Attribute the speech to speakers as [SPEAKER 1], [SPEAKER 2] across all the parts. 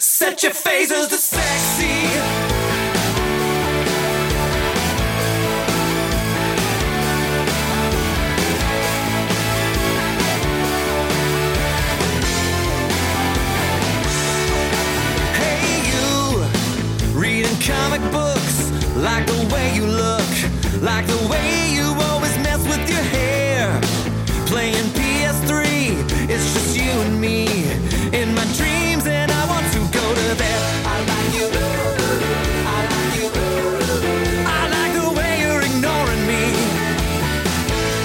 [SPEAKER 1] Set your phasers to sexy. Hey, you reading comic books. Like the way you look. Like the way you always mess with your hair. Playing PS3. It's just you and me in my dreams, and I want to go to there. I like you. I like you. I like the way you're ignoring me.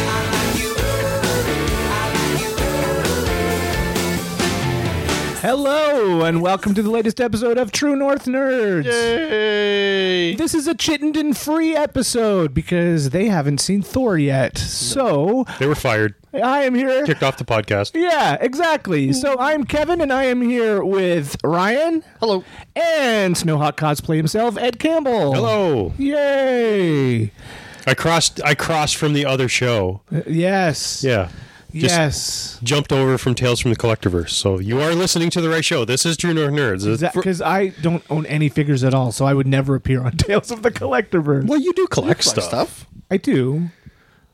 [SPEAKER 1] I like you. I like you.
[SPEAKER 2] Hello, and welcome to the latest episode of True North Nerds.
[SPEAKER 3] Yay!
[SPEAKER 2] This is a Chittenden free episode because they haven't seen Thor yet. So
[SPEAKER 3] They were fired,
[SPEAKER 2] I am here.
[SPEAKER 3] kicked off the podcast.
[SPEAKER 2] Yeah, exactly. So I'm Kevin, and I am here with Ryan.
[SPEAKER 3] Hello.
[SPEAKER 2] And Snowhawk cosplay himself, Ed Campbell.
[SPEAKER 3] Hello.
[SPEAKER 2] Yay.
[SPEAKER 3] I crossed. I crossed from the other show.
[SPEAKER 2] Yes.
[SPEAKER 3] Yeah. Just
[SPEAKER 2] Yes.
[SPEAKER 3] Jumped over from Tales from the Collectorverse. So you are listening to the right show. This is True North Nerds. It's for-
[SPEAKER 2] Because I don't own any figures at all, so I would never appear on Tales of the Collectorverse.
[SPEAKER 3] well, you do collect stuff.
[SPEAKER 2] I do.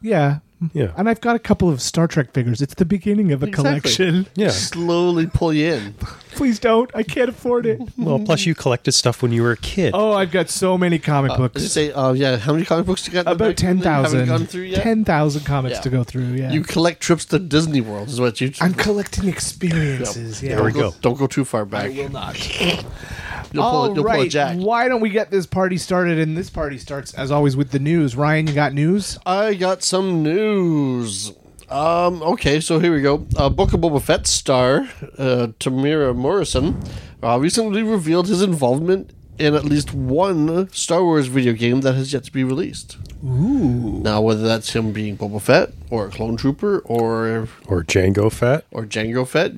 [SPEAKER 2] Yeah.
[SPEAKER 3] Yeah.
[SPEAKER 2] And I've got a couple of Star Trek figures. It's the beginning of a collection.
[SPEAKER 3] Yeah.
[SPEAKER 4] Slowly pull you in.
[SPEAKER 2] Please don't. I can't afford it.
[SPEAKER 3] Well, plus you collected stuff when you were a kid.
[SPEAKER 2] Oh, I've got so many comic
[SPEAKER 4] Does it
[SPEAKER 2] books.
[SPEAKER 4] say, oh yeah, how many comic books you got? in the
[SPEAKER 2] About
[SPEAKER 4] back that you Haven't
[SPEAKER 2] 10,000.
[SPEAKER 4] gone through yet.
[SPEAKER 2] 10,000 comics
[SPEAKER 4] Yeah.
[SPEAKER 2] to go through, yeah.
[SPEAKER 4] You collect trips to Disney World is what you.
[SPEAKER 2] I'm collecting experiences, yeah.
[SPEAKER 3] There we
[SPEAKER 4] don't
[SPEAKER 3] go.
[SPEAKER 4] Don't go too far back. I will not. you'll, pull,
[SPEAKER 2] All
[SPEAKER 4] a- you'll pull a
[SPEAKER 2] right,
[SPEAKER 4] jack.
[SPEAKER 2] why don't we get this party started? And this party starts, as always, with the news. Ryan, you got news?
[SPEAKER 4] I got some news. Um, okay, so here we go. Uh, Book of Boba Fett star uh, Tamira Morrison uh, recently revealed his involvement in at least one Star Wars video game that has yet to be released. Ooh. Now, whether that's him being Boba Fett or a clone trooper or
[SPEAKER 3] Or Django Fat.
[SPEAKER 4] or Django Fett,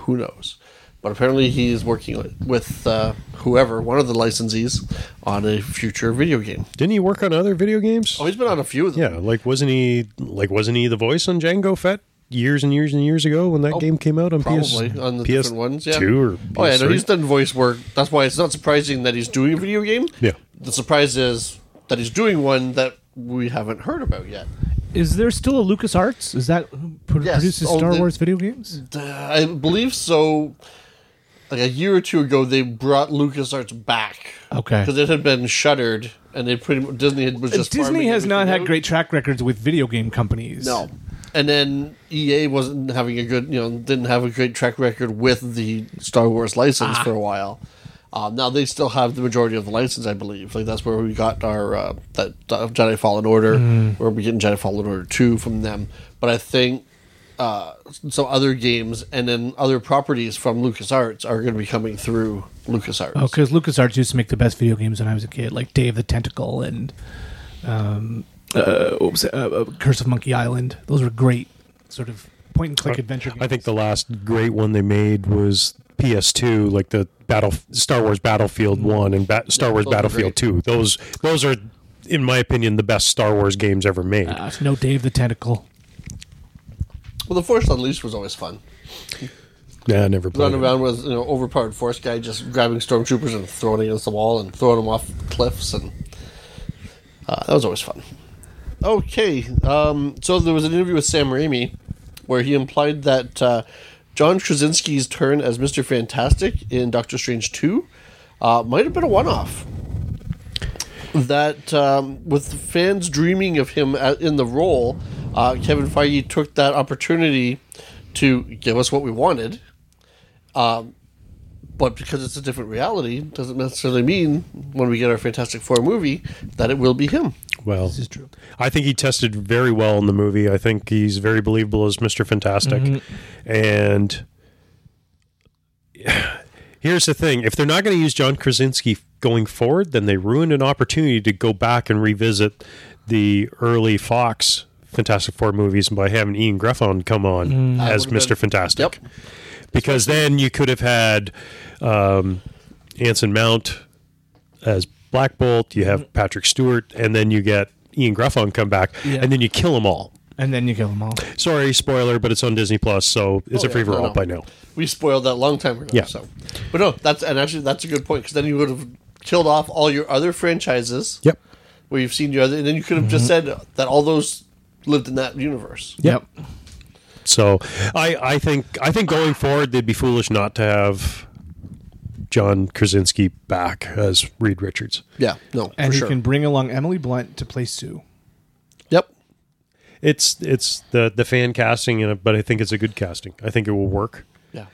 [SPEAKER 4] who knows? But apparently, he's working with uh, whoever, one of the licensees, on a future video game.
[SPEAKER 3] Didn't he work on other video games?
[SPEAKER 4] Oh, he's been on a few of them.
[SPEAKER 3] Yeah. Like wasn't he? Like wasn't he the voice on Django Fat? Years and years and years ago, when that game came out on
[SPEAKER 4] Oh, Probably
[SPEAKER 3] PS,
[SPEAKER 4] on the
[SPEAKER 3] PS
[SPEAKER 4] different ones, yeah.
[SPEAKER 3] two or
[SPEAKER 4] oh yeah, no,
[SPEAKER 3] PS3.
[SPEAKER 4] he's done voice work. That's why it's not surprising that he's doing a video game.
[SPEAKER 3] Yeah.
[SPEAKER 4] The surprise is that he's doing one that we haven't heard about yet.
[SPEAKER 2] Is there still a LucasArts? Is that who pro-
[SPEAKER 4] Yes,
[SPEAKER 2] produces
[SPEAKER 4] all
[SPEAKER 2] Star
[SPEAKER 4] the-
[SPEAKER 2] Wars video games?
[SPEAKER 4] Uh, I believe so. Like a year or two ago, they brought LucasArts back
[SPEAKER 2] Okay. Uh,
[SPEAKER 4] because it had been shuttered, and they pretty much, Disney had, was just
[SPEAKER 2] Disney
[SPEAKER 4] farming
[SPEAKER 2] has not
[SPEAKER 4] everything
[SPEAKER 2] had
[SPEAKER 4] out.
[SPEAKER 2] great track records with video game companies.
[SPEAKER 4] No. And then EA wasn't having a good, you know, didn't have a great track record with the Star Wars license for a while. Um, now they still have the majority of the license, I believe. Like that's where we got our uh, that uh, Jedi Fallen Order, where we're getting Jedi Fallen Order two from them. But I think uh, some other games and then other properties from LucasArts are going to be coming through LucasArts.
[SPEAKER 2] Oh, because LucasArts used to make the best video games when I was a kid, like Day of the Tentacle and um, uh, what was it? Uh, uh, Curse of Monkey Island. Those were great sort of point and click adventure games.
[SPEAKER 3] I think the last great one they made was PS2, like the Battle Star Wars Battlefield One and ba- Star Wars
[SPEAKER 4] Mm-hmm. those are
[SPEAKER 3] Battlefield
[SPEAKER 4] great.
[SPEAKER 3] Two. Those those are, in my opinion, the best Star Wars games ever made.
[SPEAKER 4] Ah.
[SPEAKER 2] Uh, no Day of the Tentacle.
[SPEAKER 4] Well, the Force Unleashed was always fun.
[SPEAKER 3] Nah, I never played.
[SPEAKER 4] Running
[SPEAKER 3] it.
[SPEAKER 4] around with you know overpowered force guy, just grabbing stormtroopers and throwing against the wall and throwing them off cliffs, and uh, that was always fun. Okay, um, so there was an interview with Sam Raimi where he implied that uh, John Krasinski's turn as Mister Fantastic in Doctor Strange Two uh, might have been a one-off. That um, with fans dreaming of him a- in the role, uh, Kevin Feige took that opportunity to give us what we wanted but because it's a different reality, doesn't necessarily mean when we get our Fantastic Four movie that it will be him.
[SPEAKER 3] Well,
[SPEAKER 2] This is true.
[SPEAKER 3] I think he tested very well in the movie. I think he's very believable as Mister Fantastic, and here's the thing: if they're not going to use John Krasinski going forward, then they ruined an opportunity to go back and revisit the early Fox Fantastic Four movies by having Ian Greffon come on as
[SPEAKER 4] That would've
[SPEAKER 3] Mister
[SPEAKER 4] been-
[SPEAKER 3] Fantastic, because then you could have had um, Anson Mount as Black Bolt, you
[SPEAKER 4] Mm-hmm.
[SPEAKER 3] have Patrick Stewart, and then you get Ian Greffon come back,
[SPEAKER 2] Yeah.
[SPEAKER 3] and then you kill them all.
[SPEAKER 2] And then you kill them all.
[SPEAKER 3] Sorry, spoiler, but it's on Disney Plus, so it's
[SPEAKER 4] Oh,
[SPEAKER 3] a
[SPEAKER 4] yeah,
[SPEAKER 3] free for
[SPEAKER 4] no,
[SPEAKER 3] all
[SPEAKER 4] no.
[SPEAKER 3] by now.
[SPEAKER 4] We spoiled that long time ago.
[SPEAKER 3] Yeah.
[SPEAKER 4] So, But no, that's and actually that's a good point because then you would have killed off all your other franchises
[SPEAKER 3] Yep. Mm-hmm.
[SPEAKER 4] where you've seen your other, and then you could have just said that all those lived in that universe.
[SPEAKER 2] Yep.
[SPEAKER 3] So I, I think I think going forward they'd be foolish not to have John Krasinski back as Reed Richards.
[SPEAKER 4] Yeah, no,
[SPEAKER 2] And
[SPEAKER 4] for
[SPEAKER 2] you
[SPEAKER 4] sure.
[SPEAKER 2] can bring along Emily Blunt to play Sue.
[SPEAKER 4] yep,
[SPEAKER 3] It's it's the the fan casting in it, but I think it's a good casting. I think it will work.
[SPEAKER 4] yeah,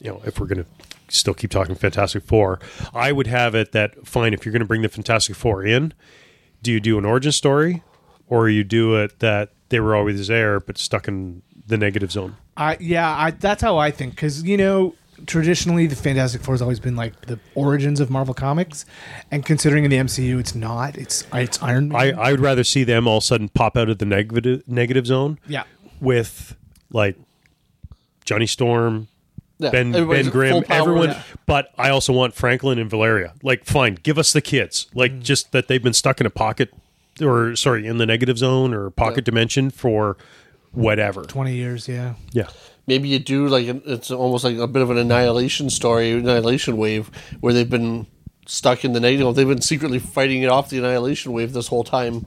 [SPEAKER 3] You know, if we're gonna still keep talking Fantastic Four, I would have it that fine. If you're gonna bring the Fantastic Four in, do you do an origin story, or you do it that they were always there but stuck in the negative zone?
[SPEAKER 2] I yeah, I, that's how I think because you know traditionally the Fantastic Four has always been like the origins of Marvel comics, and considering in the MCU it's not, it's it's Iron Man.
[SPEAKER 3] I, I would rather see them all of a sudden pop out of the negative negative zone.
[SPEAKER 2] Yeah.
[SPEAKER 3] With like Johnny Storm,
[SPEAKER 4] yeah.
[SPEAKER 3] Ben Ben
[SPEAKER 4] Everybody's at full
[SPEAKER 3] Grimm,
[SPEAKER 4] power.
[SPEAKER 3] everyone.
[SPEAKER 4] Yeah.
[SPEAKER 3] But I also want Franklin and Valeria. Like, fine, give us the kids. Like,
[SPEAKER 4] Mm.
[SPEAKER 3] just that they've been stuck in a pocket, or sorry, in the negative zone or pocket dimension for whatever.
[SPEAKER 2] Twenty years, yeah.
[SPEAKER 3] Yeah.
[SPEAKER 4] Maybe you do like an, it's almost like a bit of an annihilation story, annihilation wave, where they've been stuck in the negative. They've been secretly fighting it off the annihilation wave this whole time,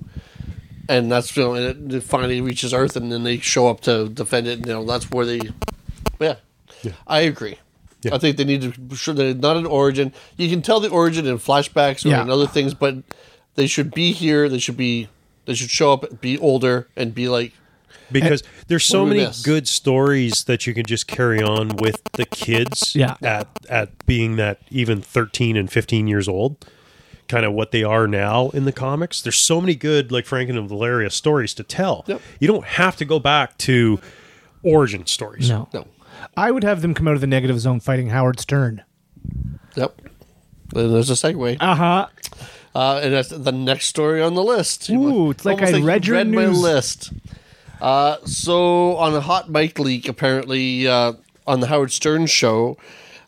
[SPEAKER 4] and that's you know, and it, it finally reaches Earth, and then they show up to defend it. And, you know, that's where they, yeah, I agree.
[SPEAKER 3] Yeah.
[SPEAKER 4] I think they need to sure they're not an origin. You can tell the origin in flashbacks or
[SPEAKER 2] Yeah.
[SPEAKER 4] in other things, but they should be here. They should be. They should show up, be older, and be like
[SPEAKER 3] because there's so
[SPEAKER 4] What do we
[SPEAKER 3] many
[SPEAKER 4] miss?
[SPEAKER 3] good stories that you can just carry on with the kids
[SPEAKER 2] Yeah.
[SPEAKER 3] at at being that even 13 and 15 years old kind of what they are now in the comics there's so many good like franken and valeria stories to tell
[SPEAKER 4] Yep.
[SPEAKER 3] you don't have to go back to origin stories
[SPEAKER 2] No.
[SPEAKER 4] no,
[SPEAKER 2] I would have them come out of the negative zone fighting Howard Stern.
[SPEAKER 4] Yep. Then There's a segue.
[SPEAKER 2] Uh huh.
[SPEAKER 4] Uh, and that's the next story on the list.
[SPEAKER 2] Ooh, it's like
[SPEAKER 4] Almost
[SPEAKER 2] I read
[SPEAKER 4] you
[SPEAKER 2] your
[SPEAKER 4] my
[SPEAKER 2] news.
[SPEAKER 4] list. Uh, so on a hot mic leak, apparently uh, on the Howard Stern show,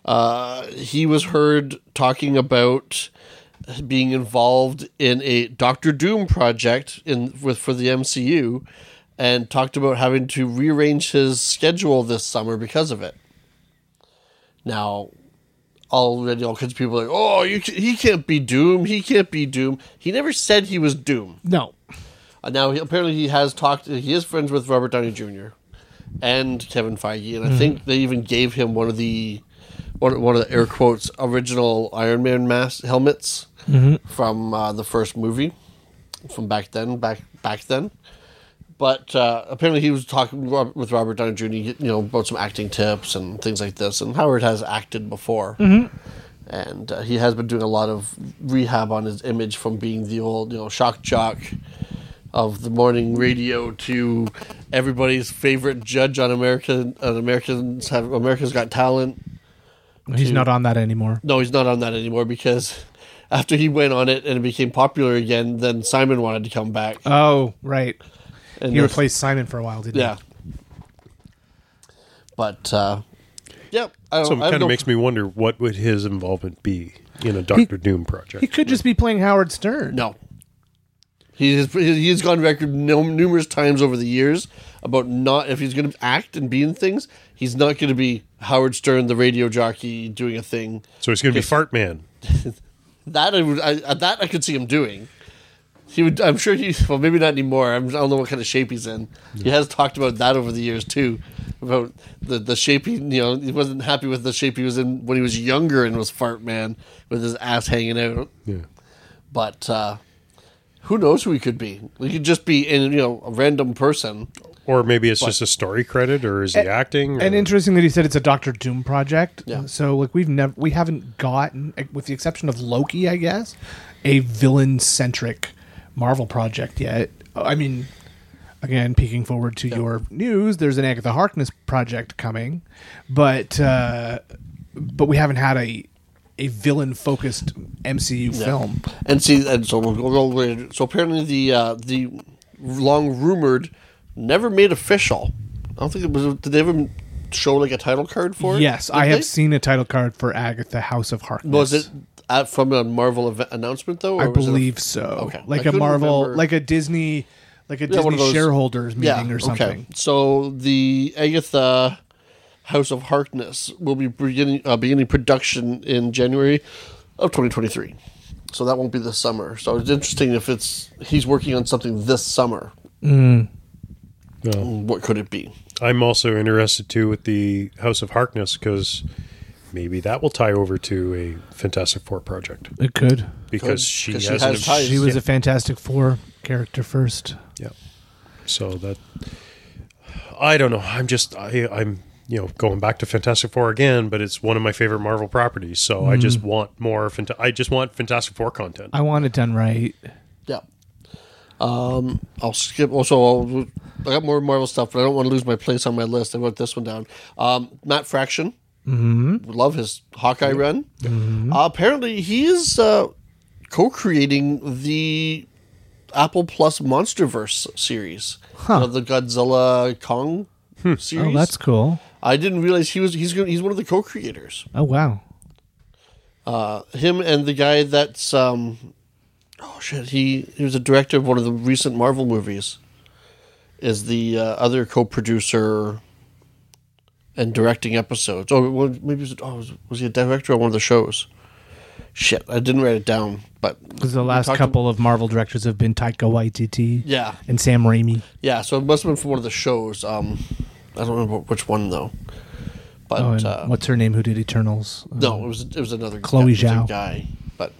[SPEAKER 4] uh, he was heard talking about being involved in a Doctor Doom project in with for the MCU, and talked about having to rearrange his schedule this summer because of it. Now, already all kinds of people are like, oh, you ca- he can't be Doom. He can't be Doom. He never said he was Doom.
[SPEAKER 2] No.
[SPEAKER 4] Uh, now, he, apparently, he has talked, he is friends with Robert Downey Jr. and Kevin Feige. And I think they even gave him one of the. One, one of the air quotes original Iron Man mask helmets from uh, the first movie from back then back back then, but uh, apparently he was talking Rob- with Robert Downey Jr. You know about some acting tips and things like this, and Howard has acted before and uh, he has been doing a lot of rehab on his image from being the old, you know, shock jock of the morning radio to everybody's favorite judge on American on Americans have America's Got Talent.
[SPEAKER 2] He's not on that anymore.
[SPEAKER 4] No, he's not on that anymore because after he went on it and it became popular again, then Simon wanted to come back.
[SPEAKER 3] Uh,
[SPEAKER 2] Oh, right.
[SPEAKER 4] and
[SPEAKER 2] He replaced Simon for a while, didn't
[SPEAKER 4] yeah. But uh, yep, I don't,
[SPEAKER 3] so it
[SPEAKER 4] I have
[SPEAKER 3] kind of
[SPEAKER 4] no-
[SPEAKER 3] makes me wonder what would his involvement be in a dr doom
[SPEAKER 2] he? He
[SPEAKER 3] project
[SPEAKER 2] could just be playing Howard Stern.
[SPEAKER 4] No. He has, he has gone record no, numerous times over the years about not if he's going to act and be in things, he's not going to be Howard Stern, the radio jockey, doing a thing
[SPEAKER 3] so he's going to be fart man
[SPEAKER 4] that I, would, I that I could see him doing. He would, I'm sure he. Well, maybe not anymore. I'm, I don't know what kind of shape he's in. He has talked about that over the years too, about the the shape he. You know, he wasn't happy with the shape he was in when he was younger and was fart man with his ass hanging out.
[SPEAKER 3] yeah
[SPEAKER 4] But uh, who knows who he could be? He could just be in you know a random person.
[SPEAKER 3] or maybe it's just a story credit or is he acting or-
[SPEAKER 2] And interesting that he said it's a Doctor Doom project.
[SPEAKER 4] Hmm. Yeah.
[SPEAKER 2] So like we've never we haven't gotten with the exception of Loki, I guess, a villain centric Marvel project yet. I mean, again, peeking forward to your news, there's an Agatha Harkness project coming, but uh, but we haven't had a a villain focused MCU film.
[SPEAKER 4] And see, and so we'll go we'll go- So apparently, the uh, the long rumored, never made official. I don't think it was. Did they ever show like a title card for it?
[SPEAKER 2] Yes,
[SPEAKER 4] Did
[SPEAKER 2] I have
[SPEAKER 4] they?
[SPEAKER 2] seen a title card for Agatha House of Harkness.
[SPEAKER 4] Was it uh, from a Marvel event announcement though?
[SPEAKER 2] I
[SPEAKER 4] or was it a-
[SPEAKER 2] believe so.
[SPEAKER 4] Okay. I
[SPEAKER 2] Like a
[SPEAKER 4] couldn't
[SPEAKER 2] Marvel,
[SPEAKER 4] remember.
[SPEAKER 2] like a Disney, like a
[SPEAKER 4] Yeah, one
[SPEAKER 2] Disney
[SPEAKER 4] of those-
[SPEAKER 2] shareholders meeting or something.
[SPEAKER 4] So the Agatha House of Harkness will be beginning uh, beginning production in January of 2023. So that won't be this summer. So it's interesting if it's he's working on something this summer.
[SPEAKER 3] Well,
[SPEAKER 4] What could it be?
[SPEAKER 3] I'm also interested too with the House of Harkness because maybe that will tie over to a Fantastic Four project
[SPEAKER 2] It could.
[SPEAKER 3] because she has,
[SPEAKER 4] she
[SPEAKER 3] an,
[SPEAKER 4] has ties.
[SPEAKER 2] She was a Fantastic Four character first.
[SPEAKER 3] yeah. So that I don't know. I'm just I, I'm you know going back to Fantastic Four again, but it's one of my favorite Marvel properties. So I
[SPEAKER 4] Mm.
[SPEAKER 3] just want more. Fanta- I just want Fantastic Four content.
[SPEAKER 2] I want it done right.
[SPEAKER 4] Yeah. Um, I'll skip. Also, I'll, I got more Marvel stuff, but I don't want to lose my place on my list. I wrote this one down. Um, Matt Fraction. Mm-hmm. Love his Hawkeye run.
[SPEAKER 2] Mm-hmm.
[SPEAKER 4] Uh, apparently, he is uh, co-creating the Apple Plus MonsterVerse series, You know, the Godzilla Kong
[SPEAKER 2] Oh,
[SPEAKER 4] series.
[SPEAKER 2] that's cool.
[SPEAKER 4] I didn't realize he was. He's gonna, he's one of the co-creators.
[SPEAKER 2] Oh wow.
[SPEAKER 4] him and the guy that's um oh shit he he was a director of one of the recent marvel movies is the uh, other co-producer and directing episodes oh well, maybe was, oh, was, was he a director on one of the shows shit i didn't write it down but
[SPEAKER 2] Because the last
[SPEAKER 4] talked
[SPEAKER 2] couple of Marvel directors have been Taika Waititi
[SPEAKER 4] yeah
[SPEAKER 2] and Sam Raimi.
[SPEAKER 4] yeah so it must have been from one of the shows um i don't remember which one though but
[SPEAKER 2] Oh, and
[SPEAKER 4] uh,
[SPEAKER 2] what's her name? Who did Eternals? Uh,
[SPEAKER 4] No, it was it was another
[SPEAKER 2] Chloe
[SPEAKER 4] guy, it was a
[SPEAKER 2] Zhao. Oh.
[SPEAKER 4] guy, but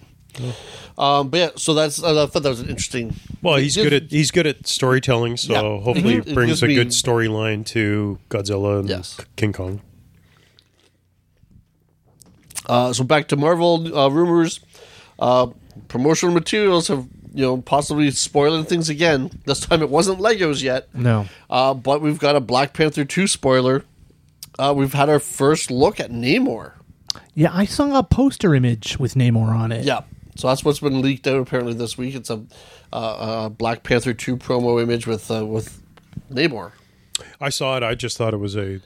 [SPEAKER 4] um, but yeah. So that's I thought that was an interesting.
[SPEAKER 3] Well, he's
[SPEAKER 4] It
[SPEAKER 3] good
[SPEAKER 4] gives-
[SPEAKER 3] at he's good at storytelling, so
[SPEAKER 4] Yeah.
[SPEAKER 3] hopefully
[SPEAKER 4] Mhm.
[SPEAKER 3] it brings
[SPEAKER 4] It
[SPEAKER 3] a
[SPEAKER 4] gives
[SPEAKER 3] good
[SPEAKER 4] me-
[SPEAKER 3] storyline to Godzilla and
[SPEAKER 4] Yes.
[SPEAKER 3] K- King Kong.
[SPEAKER 4] Uh, so back to Marvel uh, rumors. Uh, promotional materials have you know possibly spoiling things again. This time it wasn't Legos yet.
[SPEAKER 2] No.
[SPEAKER 4] Uh, but we've got a Black Panther two spoiler. Uh, we've had our first look at Namor.
[SPEAKER 2] Yeah, I saw a poster image with Namor on it.
[SPEAKER 4] Yeah. So that's what's been leaked out apparently this week. It's a, uh, a Black Panther two promo image with uh, with Namor.
[SPEAKER 3] I saw it. I just thought it was a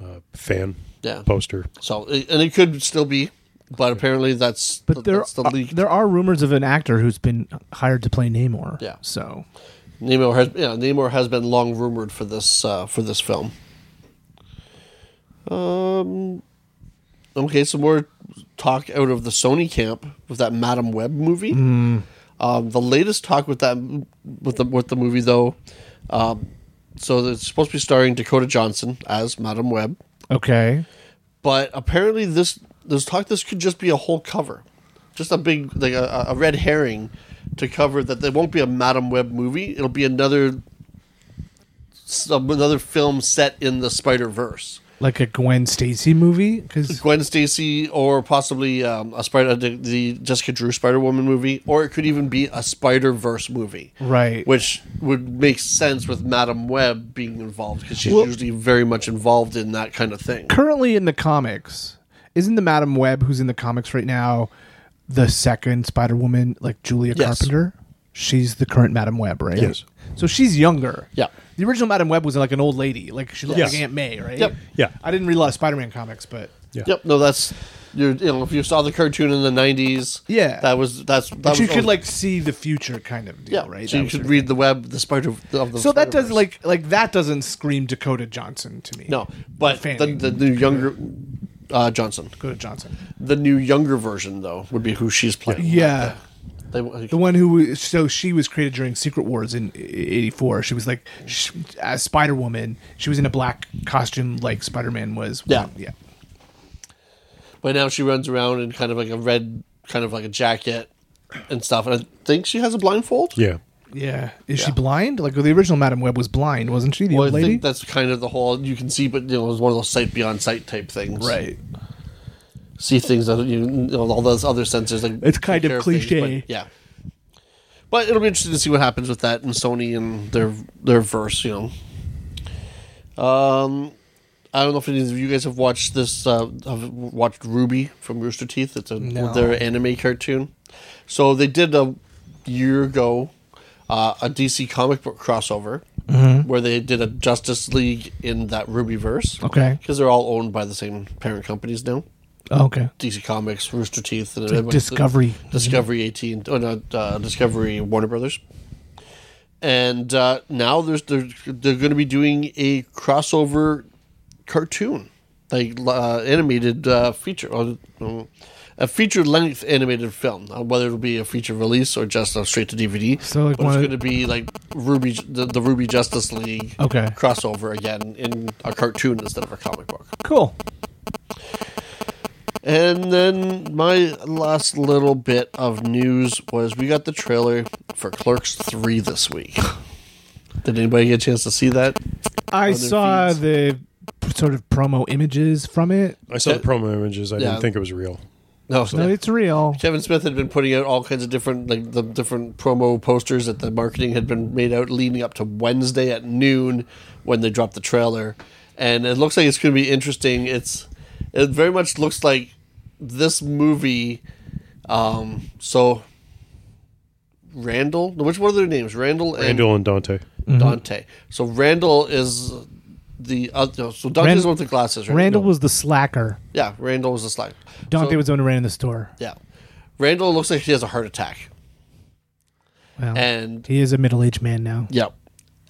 [SPEAKER 3] uh, fan
[SPEAKER 4] Yeah.
[SPEAKER 3] poster.
[SPEAKER 4] So, and it could still be, but apparently that's
[SPEAKER 2] But there,
[SPEAKER 4] that's the
[SPEAKER 2] are,
[SPEAKER 4] leak.
[SPEAKER 2] there are rumors of an actor who's been hired to play Namor.
[SPEAKER 4] Yeah.
[SPEAKER 2] So
[SPEAKER 4] Namor has yeah, Namor has been long rumored for this uh, for this film. Um, okay, some more talk out of the Sony camp with that Madam Web movie. Um, the latest talk with that with the with the movie though, um, so it's supposed to be starring Dakota Johnson as Madam Web.
[SPEAKER 2] okay,
[SPEAKER 4] but apparently this this talk this could just be a whole cover just a big like a, a red herring to cover that there won't be a madam web movie it'll be another some- another film set in the spider verse
[SPEAKER 2] like a Gwen Stacy movie because
[SPEAKER 4] gwen stacy or possibly um, a spider the, the jessica drew spider woman movie or it could even be a spider verse movie
[SPEAKER 2] right,
[SPEAKER 4] which would make sense with madam web being involved because she's
[SPEAKER 2] Well-
[SPEAKER 4] usually very much involved in that kind of thing
[SPEAKER 2] currently in the comics, isn't the Madam Web who's in the comics right now the second Spider Woman, like Julia
[SPEAKER 4] Yes.
[SPEAKER 2] Carpenter? She's the current Madam Web, right?
[SPEAKER 3] Yes.
[SPEAKER 2] So she's younger.
[SPEAKER 4] Yeah.
[SPEAKER 2] The original Madam Web was like an old lady, like she looked
[SPEAKER 3] Yes.
[SPEAKER 2] like Aunt May, right?
[SPEAKER 4] Yep.
[SPEAKER 3] Yeah.
[SPEAKER 2] I didn't read a lot of Spider-Man comics, but
[SPEAKER 3] Yeah.
[SPEAKER 4] Yep. No, that's you. You know, if you saw the cartoon in the '90s,
[SPEAKER 2] Yeah.
[SPEAKER 4] that was that's that
[SPEAKER 2] but
[SPEAKER 4] was
[SPEAKER 2] you could
[SPEAKER 4] always-
[SPEAKER 2] like see the future kind of deal,
[SPEAKER 4] yeah,
[SPEAKER 2] right?
[SPEAKER 4] So
[SPEAKER 2] That
[SPEAKER 4] you
[SPEAKER 2] was
[SPEAKER 4] could
[SPEAKER 2] her
[SPEAKER 4] read the web, the spider of the.
[SPEAKER 2] So that does
[SPEAKER 4] Spider-Verse.
[SPEAKER 2] like like that doesn't scream Dakota Johnson to me.
[SPEAKER 4] no, but the,
[SPEAKER 2] Fanning.
[SPEAKER 4] the new younger uh, Johnson,
[SPEAKER 2] Dakota Johnson,
[SPEAKER 4] the new younger version though would be who she's playing.
[SPEAKER 2] yeah,
[SPEAKER 4] They,
[SPEAKER 2] the one who was- so she was created during Secret Wars in '84. She was like sh as Spider Woman. She was in a black costume like Spider Man was.
[SPEAKER 4] Yeah.
[SPEAKER 2] yeah.
[SPEAKER 4] but now she runs around in kind of like a red, kind of like a jacket and stuff, and I think she has a blindfold.
[SPEAKER 3] Yeah.
[SPEAKER 2] Yeah, is she
[SPEAKER 4] Yeah.
[SPEAKER 2] blind? Like the original Madam Web was blind, wasn't she? The
[SPEAKER 4] Well, I
[SPEAKER 2] old lady,
[SPEAKER 4] think that's kind of the whole you can see, but you know, it's one of those sight beyond sight type things.
[SPEAKER 2] right?
[SPEAKER 4] see things that you, you know, all those other sensors. Like
[SPEAKER 2] It's kind
[SPEAKER 4] take
[SPEAKER 2] of
[SPEAKER 4] care things,
[SPEAKER 2] cliche.
[SPEAKER 4] but yeah. But it'll be interesting to see what happens with that and Sony and their their verse. You know, um, I don't know if any of you guys have watched this. Uh, have watched Ruby from Rooster Teeth. It's a
[SPEAKER 2] No.
[SPEAKER 4] their anime cartoon. So they did a year ago uh, a DC comic book crossover
[SPEAKER 2] Mm-hmm.
[SPEAKER 4] where they did a Justice League in that Ruby verse.
[SPEAKER 2] Okay,
[SPEAKER 4] Because they're all owned by the same parent companies now.
[SPEAKER 2] oh, okay.
[SPEAKER 4] DC Comics, Rooster Teeth, and everyone-
[SPEAKER 2] Discovery.
[SPEAKER 4] Discovery eighteen, oh, no, uh, Discovery Warner Brothers, and uh, now there's they're, they're going to be doing a crossover cartoon, like uh, animated uh, feature, or, um, a feature length animated film. Uh, whether it'll be a feature release or just a straight to DVD.
[SPEAKER 2] So, like,
[SPEAKER 4] but it's
[SPEAKER 2] one-
[SPEAKER 4] going to be like Ruby, the, the Ruby Justice League
[SPEAKER 2] Okay.
[SPEAKER 4] crossover again in a cartoon instead of a comic book.
[SPEAKER 2] Cool.
[SPEAKER 4] And then my last little bit of news was we got the trailer for Clerks 3 this week. Did anybody get a chance to see that?
[SPEAKER 2] I
[SPEAKER 4] Other
[SPEAKER 2] saw
[SPEAKER 4] feeds.
[SPEAKER 2] the p- sort of promo images from it.
[SPEAKER 3] I saw
[SPEAKER 4] That-
[SPEAKER 3] the promo images. I
[SPEAKER 4] Yeah.
[SPEAKER 3] didn't think it was real.
[SPEAKER 4] No,
[SPEAKER 2] No,
[SPEAKER 4] yeah.
[SPEAKER 2] it's real.
[SPEAKER 4] Kevin Smith had been putting out all kinds of different like the different promo posters that the marketing had been made out leading up to Wednesday at noon when they dropped the trailer. And it looks like it's going to be interesting. It's it very much looks like this movie um so Randall, which one are their names? Randall and
[SPEAKER 3] Randall and Dante.
[SPEAKER 2] Mm-hmm.
[SPEAKER 4] Dante. So Randall is the uh, no, so Dante's
[SPEAKER 2] Rand-
[SPEAKER 4] the one with the glasses, right?
[SPEAKER 2] Randall
[SPEAKER 4] No.
[SPEAKER 2] was the slacker.
[SPEAKER 4] yeah, Randall was the slide.
[SPEAKER 2] Dante
[SPEAKER 4] So-
[SPEAKER 2] was the one who ran in the store.
[SPEAKER 4] yeah. Randall looks like he has a heart attack.
[SPEAKER 2] Well,
[SPEAKER 4] And
[SPEAKER 2] he is a middle-aged man now.
[SPEAKER 4] Yep.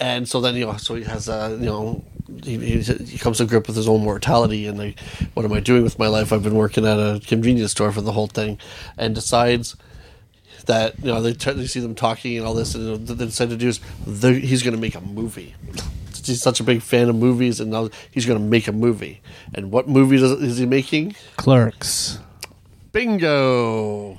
[SPEAKER 4] And so then you know, so he has a you know, he, he, he comes to grip with his own mortality and like, what am I doing with my life? I've been working at a convenience store for the whole thing, and decides that you know they, t- they see them talking and all this, and what they decide to do is the, he's going to make a movie. He's such a big fan of movies, and now he's going to make a movie. And what movie does, is he making?
[SPEAKER 2] Clerks.
[SPEAKER 4] Bingo!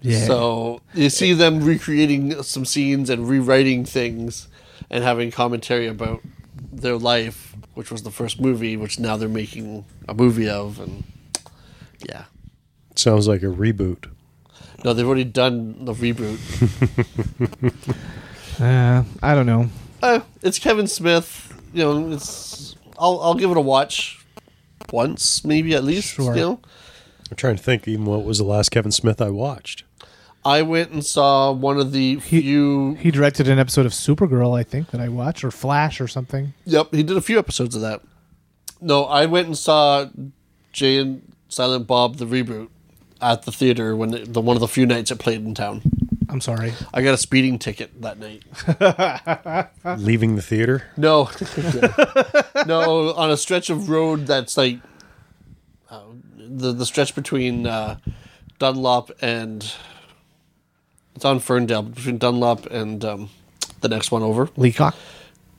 [SPEAKER 2] Yeah.
[SPEAKER 4] So you see them recreating some scenes and rewriting things and having commentary about their life, which was the first movie, which now they're making a movie of. And yeah.
[SPEAKER 3] Sounds like a reboot.
[SPEAKER 4] No, they've already done the reboot.
[SPEAKER 2] Uh, I don't know.
[SPEAKER 4] Uh, it's Kevin Smith. You know, it's. I'll, I'll give it a watch once, maybe at least.
[SPEAKER 2] Sure.
[SPEAKER 4] You know?
[SPEAKER 3] I'm trying to think even what was the last Kevin Smith I watched.
[SPEAKER 4] I went and saw one of the few.
[SPEAKER 2] He directed an episode of Supergirl, I think, that I watched, or Flash, or something.
[SPEAKER 4] Yep, he did a few episodes of that. No, I went and saw Jay and Silent Bob the reboot at the theater when it, the one of the few nights it played in town.
[SPEAKER 2] I'm sorry.
[SPEAKER 4] I got a speeding ticket that night. Ah.
[SPEAKER 3] Leaving the theater.
[SPEAKER 4] No, no, on a stretch of road that's like uh, the the stretch between uh, Dunlop and it's on Ferndale between Dunlop and um, the next one over,
[SPEAKER 2] Leacock?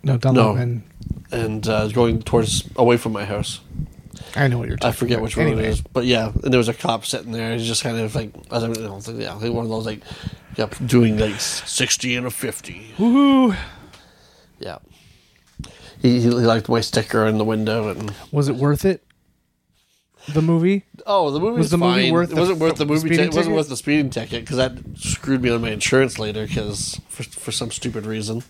[SPEAKER 2] No, Dunlop.
[SPEAKER 4] No.
[SPEAKER 2] And
[SPEAKER 4] and uh, going towards away from my house.
[SPEAKER 2] I know what you're talking
[SPEAKER 4] I forget
[SPEAKER 2] about.
[SPEAKER 4] which one
[SPEAKER 2] Anyway.
[SPEAKER 4] it is, but yeah, and there was a cop sitting there. And he's just kind of like, I don't know, like, yeah, like one of those like, yep, doing like sixty and a fifty. Woohoo! Yeah, he, he liked my sticker in the window, and
[SPEAKER 2] Was it worth it? The movie?
[SPEAKER 4] oh, the movie
[SPEAKER 2] Was the movie worth
[SPEAKER 4] It
[SPEAKER 2] the
[SPEAKER 4] wasn't worth the
[SPEAKER 2] f-
[SPEAKER 4] movie.
[SPEAKER 2] speeding
[SPEAKER 4] ti- it wasn't
[SPEAKER 2] ticket?
[SPEAKER 4] worth the speeding ticket because that screwed me on my insurance later because for for some stupid reason,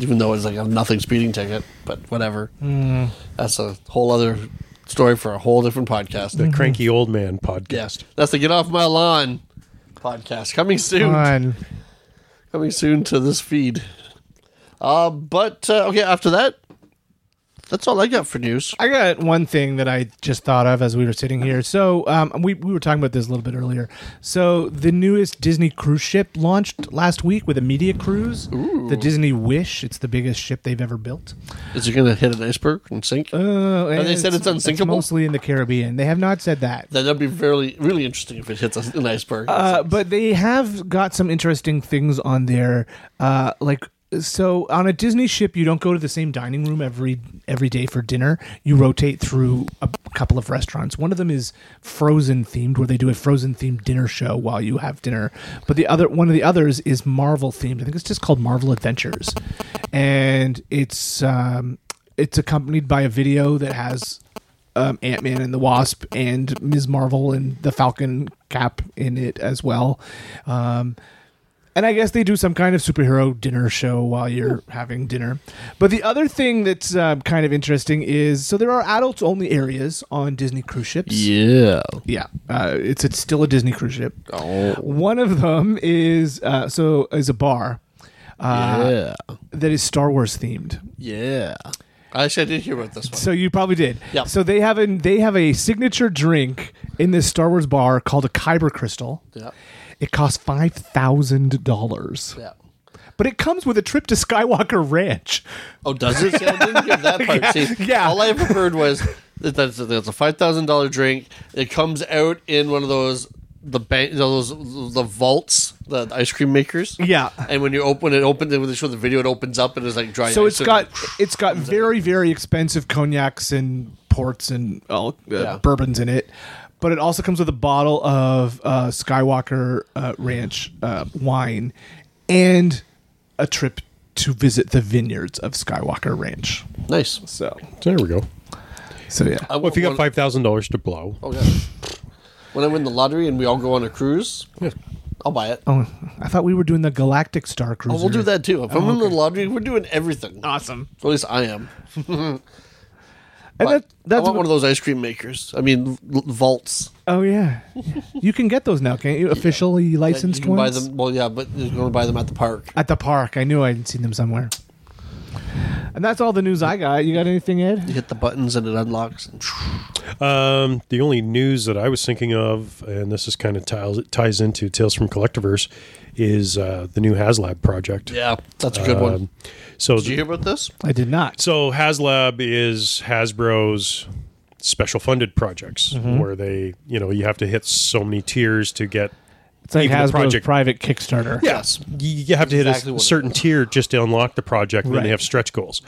[SPEAKER 4] even though it's like a nothing speeding ticket, but whatever.
[SPEAKER 2] Hmm.
[SPEAKER 4] That's a whole other story for a whole different podcast.
[SPEAKER 2] Hmm.
[SPEAKER 3] The Cranky Old Man podcast.
[SPEAKER 4] Yes, that's the Get Off My Lawn podcast coming soon.
[SPEAKER 2] Come on.
[SPEAKER 4] Coming soon to this feed. Uh, but uh, okay, after that, that's all I got for news.
[SPEAKER 2] I got one thing that I just thought of as we were sitting here. So um, we we were talking about this a little bit earlier. So the newest Disney cruise ship launched last week with a media cruise, the Disney Wish. It's the biggest ship they've ever built.
[SPEAKER 4] Is it going to hit an iceberg and sink?
[SPEAKER 2] Uh, and
[SPEAKER 4] Oh, they said it's unsinkable?
[SPEAKER 2] mostly in the Caribbean. They have not said that.
[SPEAKER 4] Then that'd be really, really interesting if it hits a- an iceberg.
[SPEAKER 2] Uh, but they have got some interesting things on there. Uh, like so, on a Disney ship, you don't go to the same dining room every every day for dinner. You rotate through a couple of restaurants. One of them is Frozen themed, where they do a Frozen themed dinner show while you have dinner. But the other one of the others is Marvel themed. I think it's just called Marvel Adventures, and it's um, it's accompanied by a video that has um, Ant Man and the Wasp and Ms. Marvel and the Falcon Cap in it as well. Um, and I guess they do some kind of superhero dinner show while you're having dinner. But the other thing that's um, kind of interesting is so there are adults only areas on Disney cruise ships.
[SPEAKER 4] yeah.
[SPEAKER 2] Yeah, uh, it's it's still a Disney cruise ship. One of them is uh, so is a bar uh,
[SPEAKER 4] yeah.
[SPEAKER 2] that is Star Wars themed.
[SPEAKER 4] Yeah. Actually, I did hear about this one.
[SPEAKER 2] So you probably did.
[SPEAKER 4] Yep.
[SPEAKER 2] So they have an they have a signature drink in this Star Wars bar called a Kyber Crystal.
[SPEAKER 4] yeah.
[SPEAKER 2] It costs five thousand dollars,
[SPEAKER 4] Yeah.
[SPEAKER 2] but it comes with a trip to Skywalker Ranch.
[SPEAKER 4] Oh, does it? See, I didn't hear that part.
[SPEAKER 2] Yeah,
[SPEAKER 4] See,
[SPEAKER 2] yeah.
[SPEAKER 4] all I ever heard was that that's, that's a five thousand dollar drink. It comes out in one of those the bank those the vaults, the ice cream makers.
[SPEAKER 2] Yeah.
[SPEAKER 4] And when you open it, open when they show the video, it opens up and it's like dry.
[SPEAKER 2] So
[SPEAKER 4] ice
[SPEAKER 2] it's
[SPEAKER 4] and-
[SPEAKER 2] got it's got very very expensive cognacs and ports and uh,
[SPEAKER 4] Yeah.
[SPEAKER 2] bourbons in it, but it also comes with a bottle of uh, Skywalker uh, Ranch uh, wine and a trip to visit the vineyards of Skywalker Ranch.
[SPEAKER 4] nice.
[SPEAKER 2] So
[SPEAKER 3] There we go.
[SPEAKER 2] so yeah.
[SPEAKER 4] I
[SPEAKER 3] Well, if you got
[SPEAKER 4] when-
[SPEAKER 3] five thousand dollars to blow,
[SPEAKER 4] oh, yeah. When I win the lottery and we all go on a cruise, I'll buy it. Oh,
[SPEAKER 2] Oh, I thought we were doing the Galactic Star Cruiser.
[SPEAKER 4] we'll do that too. If
[SPEAKER 2] Oh,
[SPEAKER 4] I'm in the lottery, we're doing everything.
[SPEAKER 2] Awesome.
[SPEAKER 4] At least I am.
[SPEAKER 2] And that,
[SPEAKER 4] That's I
[SPEAKER 2] that's
[SPEAKER 4] want one of those ice cream makers. I mean, l- vaults.
[SPEAKER 2] oh yeah, you can get those now, can't you? Officially licensed
[SPEAKER 4] you can
[SPEAKER 2] ones
[SPEAKER 4] buy them. Well, yeah, but you're going to buy them at the park.
[SPEAKER 2] at the park. I knew I'd seen them somewhere. And that's all the news I got. You got anything,
[SPEAKER 4] You
[SPEAKER 2] Ed?
[SPEAKER 4] hit the buttons and it unlocks. And
[SPEAKER 3] um, the only news that I was thinking of, and this is kind of ties, ties into Tales from Collectivverse, is uh, the new HasLab project.
[SPEAKER 4] yeah, that's a good one.
[SPEAKER 3] Um, so
[SPEAKER 4] Did you hear about this?
[SPEAKER 2] I did not.
[SPEAKER 3] So HasLab is Hasbro's special funded projects
[SPEAKER 4] Mm-hmm.
[SPEAKER 3] where they, you know, you have to hit so many tiers to get
[SPEAKER 2] It's like
[SPEAKER 3] even the
[SPEAKER 2] Hasbro's
[SPEAKER 3] project-
[SPEAKER 2] private Kickstarter.
[SPEAKER 4] Yes.
[SPEAKER 3] you you have to hit
[SPEAKER 4] Exactly
[SPEAKER 3] a
[SPEAKER 4] what it
[SPEAKER 3] certain tier just to unlock the project and then
[SPEAKER 2] Right.
[SPEAKER 3] they have stretch goals.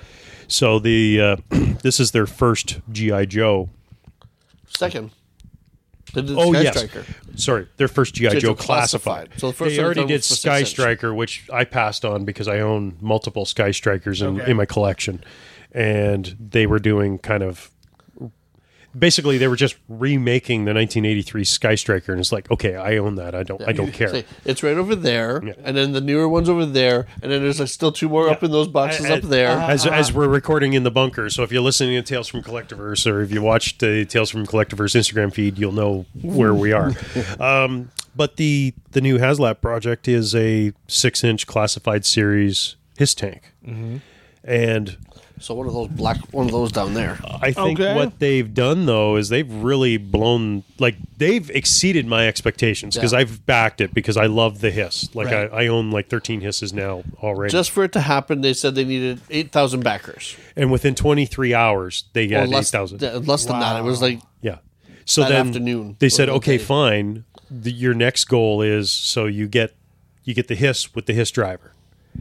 [SPEAKER 3] So the uh, this is their first GI Joe.
[SPEAKER 4] Second. They did
[SPEAKER 3] Oh
[SPEAKER 4] Sky
[SPEAKER 3] yes,
[SPEAKER 4] Striker.
[SPEAKER 3] sorry, their first GI Joe,
[SPEAKER 4] Joe
[SPEAKER 3] classified.
[SPEAKER 4] Classified. So the first
[SPEAKER 3] they
[SPEAKER 4] one
[SPEAKER 3] already
[SPEAKER 4] done
[SPEAKER 3] did
[SPEAKER 4] was for
[SPEAKER 3] Sky
[SPEAKER 4] six inch.
[SPEAKER 3] Striker, which I passed on because I own multiple Sky Strikers in,
[SPEAKER 2] Okay.
[SPEAKER 3] in my collection, and they were doing kind of basically they were just remaking the 1983 Sky Striker, and it's like, okay, I own that. I don't, I don't care.
[SPEAKER 4] See, it's right over there, and then the newer one's over there, and then there's like still two more up in those boxes
[SPEAKER 3] I- I-
[SPEAKER 4] up there.
[SPEAKER 3] as, as we're recording in the bunker. So if you're listening to Tales from Collectivverse or if you watch the Tales from Collectivverse Instagram feed, you'll know where we are. um, but the the new HasLab project is a six inch classified series his tank, and
[SPEAKER 4] so one of those black, one of those down there.
[SPEAKER 3] I think
[SPEAKER 2] Okay.
[SPEAKER 3] what they've done though is they've really blown like they've exceeded my expectations because
[SPEAKER 4] Yeah.
[SPEAKER 3] I've backed it because I love the hiss. Like
[SPEAKER 2] Right.
[SPEAKER 3] I, I own like 13 hisses now already.
[SPEAKER 4] Just for it to happen, they said they needed eight thousand backers.
[SPEAKER 3] and within 23 hours they
[SPEAKER 4] Or
[SPEAKER 3] had
[SPEAKER 4] less,
[SPEAKER 3] 8,000.
[SPEAKER 4] th- less than that. It was like
[SPEAKER 3] Yeah. So
[SPEAKER 4] That
[SPEAKER 3] then
[SPEAKER 4] afternoon
[SPEAKER 3] they
[SPEAKER 4] was
[SPEAKER 3] said,
[SPEAKER 4] the
[SPEAKER 3] okay,
[SPEAKER 4] day.
[SPEAKER 3] fine. The, your next goal is so you get you get the hiss with the hiss driver,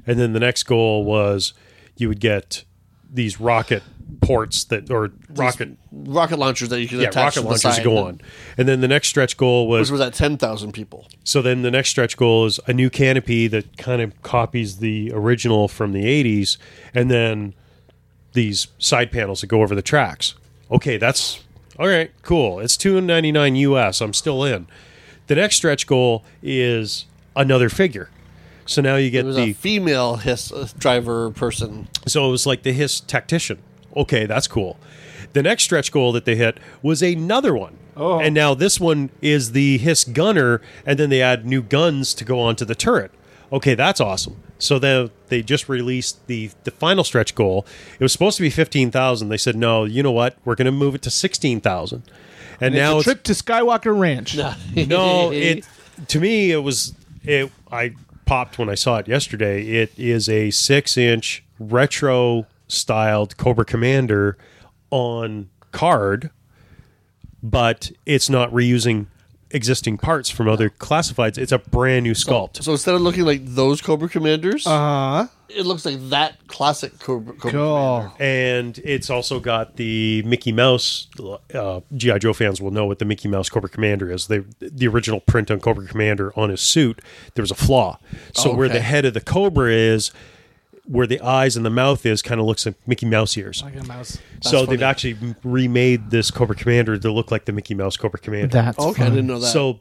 [SPEAKER 3] and then the next goal was you would get these rocket ports that or rocket
[SPEAKER 4] rocket launchers that you could
[SPEAKER 3] yeah rocket
[SPEAKER 4] attach to the
[SPEAKER 3] launchers
[SPEAKER 4] side,
[SPEAKER 3] go on, and then the next stretch goal was
[SPEAKER 4] Which was at ten thousand people.
[SPEAKER 3] so then the next stretch goal is a new canopy that kind of copies the original from the 80s and then these side panels that go over the tracks. Okay, that's all right, cool. It's 299 US. I'm still in. The next stretch goal is another figure. So now you get
[SPEAKER 4] It was
[SPEAKER 3] the
[SPEAKER 4] a female hiss uh, driver person.
[SPEAKER 3] so it was like the his tactician. Okay, that's cool. The next stretch goal that they hit was another one. Oh. And now this one is the his gunner, and then they add new guns to go onto the turret. Okay, that's awesome. So they they just released the the final stretch goal. It was supposed to be fifteen thousand. They said no. You know what? We're going to move it to sixteen thousand. And, now
[SPEAKER 2] Now
[SPEAKER 3] it's
[SPEAKER 2] trip to Skywalker Ranch.
[SPEAKER 3] no, it to me it was it. I popped when I saw it yesterday. It is a six-inch retro styled Cobra Commander on card, but it's not reusing existing parts from other classifieds. It's a brand new sculpt.
[SPEAKER 4] So instead of looking like those Cobra Commanders,
[SPEAKER 2] Uh-huh.
[SPEAKER 4] it looks like that classic Cobra. Cobra
[SPEAKER 2] Cool.
[SPEAKER 3] and it's also got the Mickey Mouse. Uh, GI Joe fans will know what the Mickey Mouse Cobra Commander is. They, the original print on Cobra Commander on his suit, there was a flaw. So where the
[SPEAKER 4] Oh, Okay.
[SPEAKER 3] head of the Cobra is, where the eyes and the mouth is, kind of looks like Mickey Mouse ears.
[SPEAKER 2] Like a mouse.
[SPEAKER 3] so they've
[SPEAKER 4] funny.
[SPEAKER 3] actually m- remade this Cobra Commander to look like the Mickey Mouse Cobra Commander.
[SPEAKER 2] That's
[SPEAKER 4] Okay, I
[SPEAKER 2] fun.
[SPEAKER 4] didn't know that.
[SPEAKER 3] So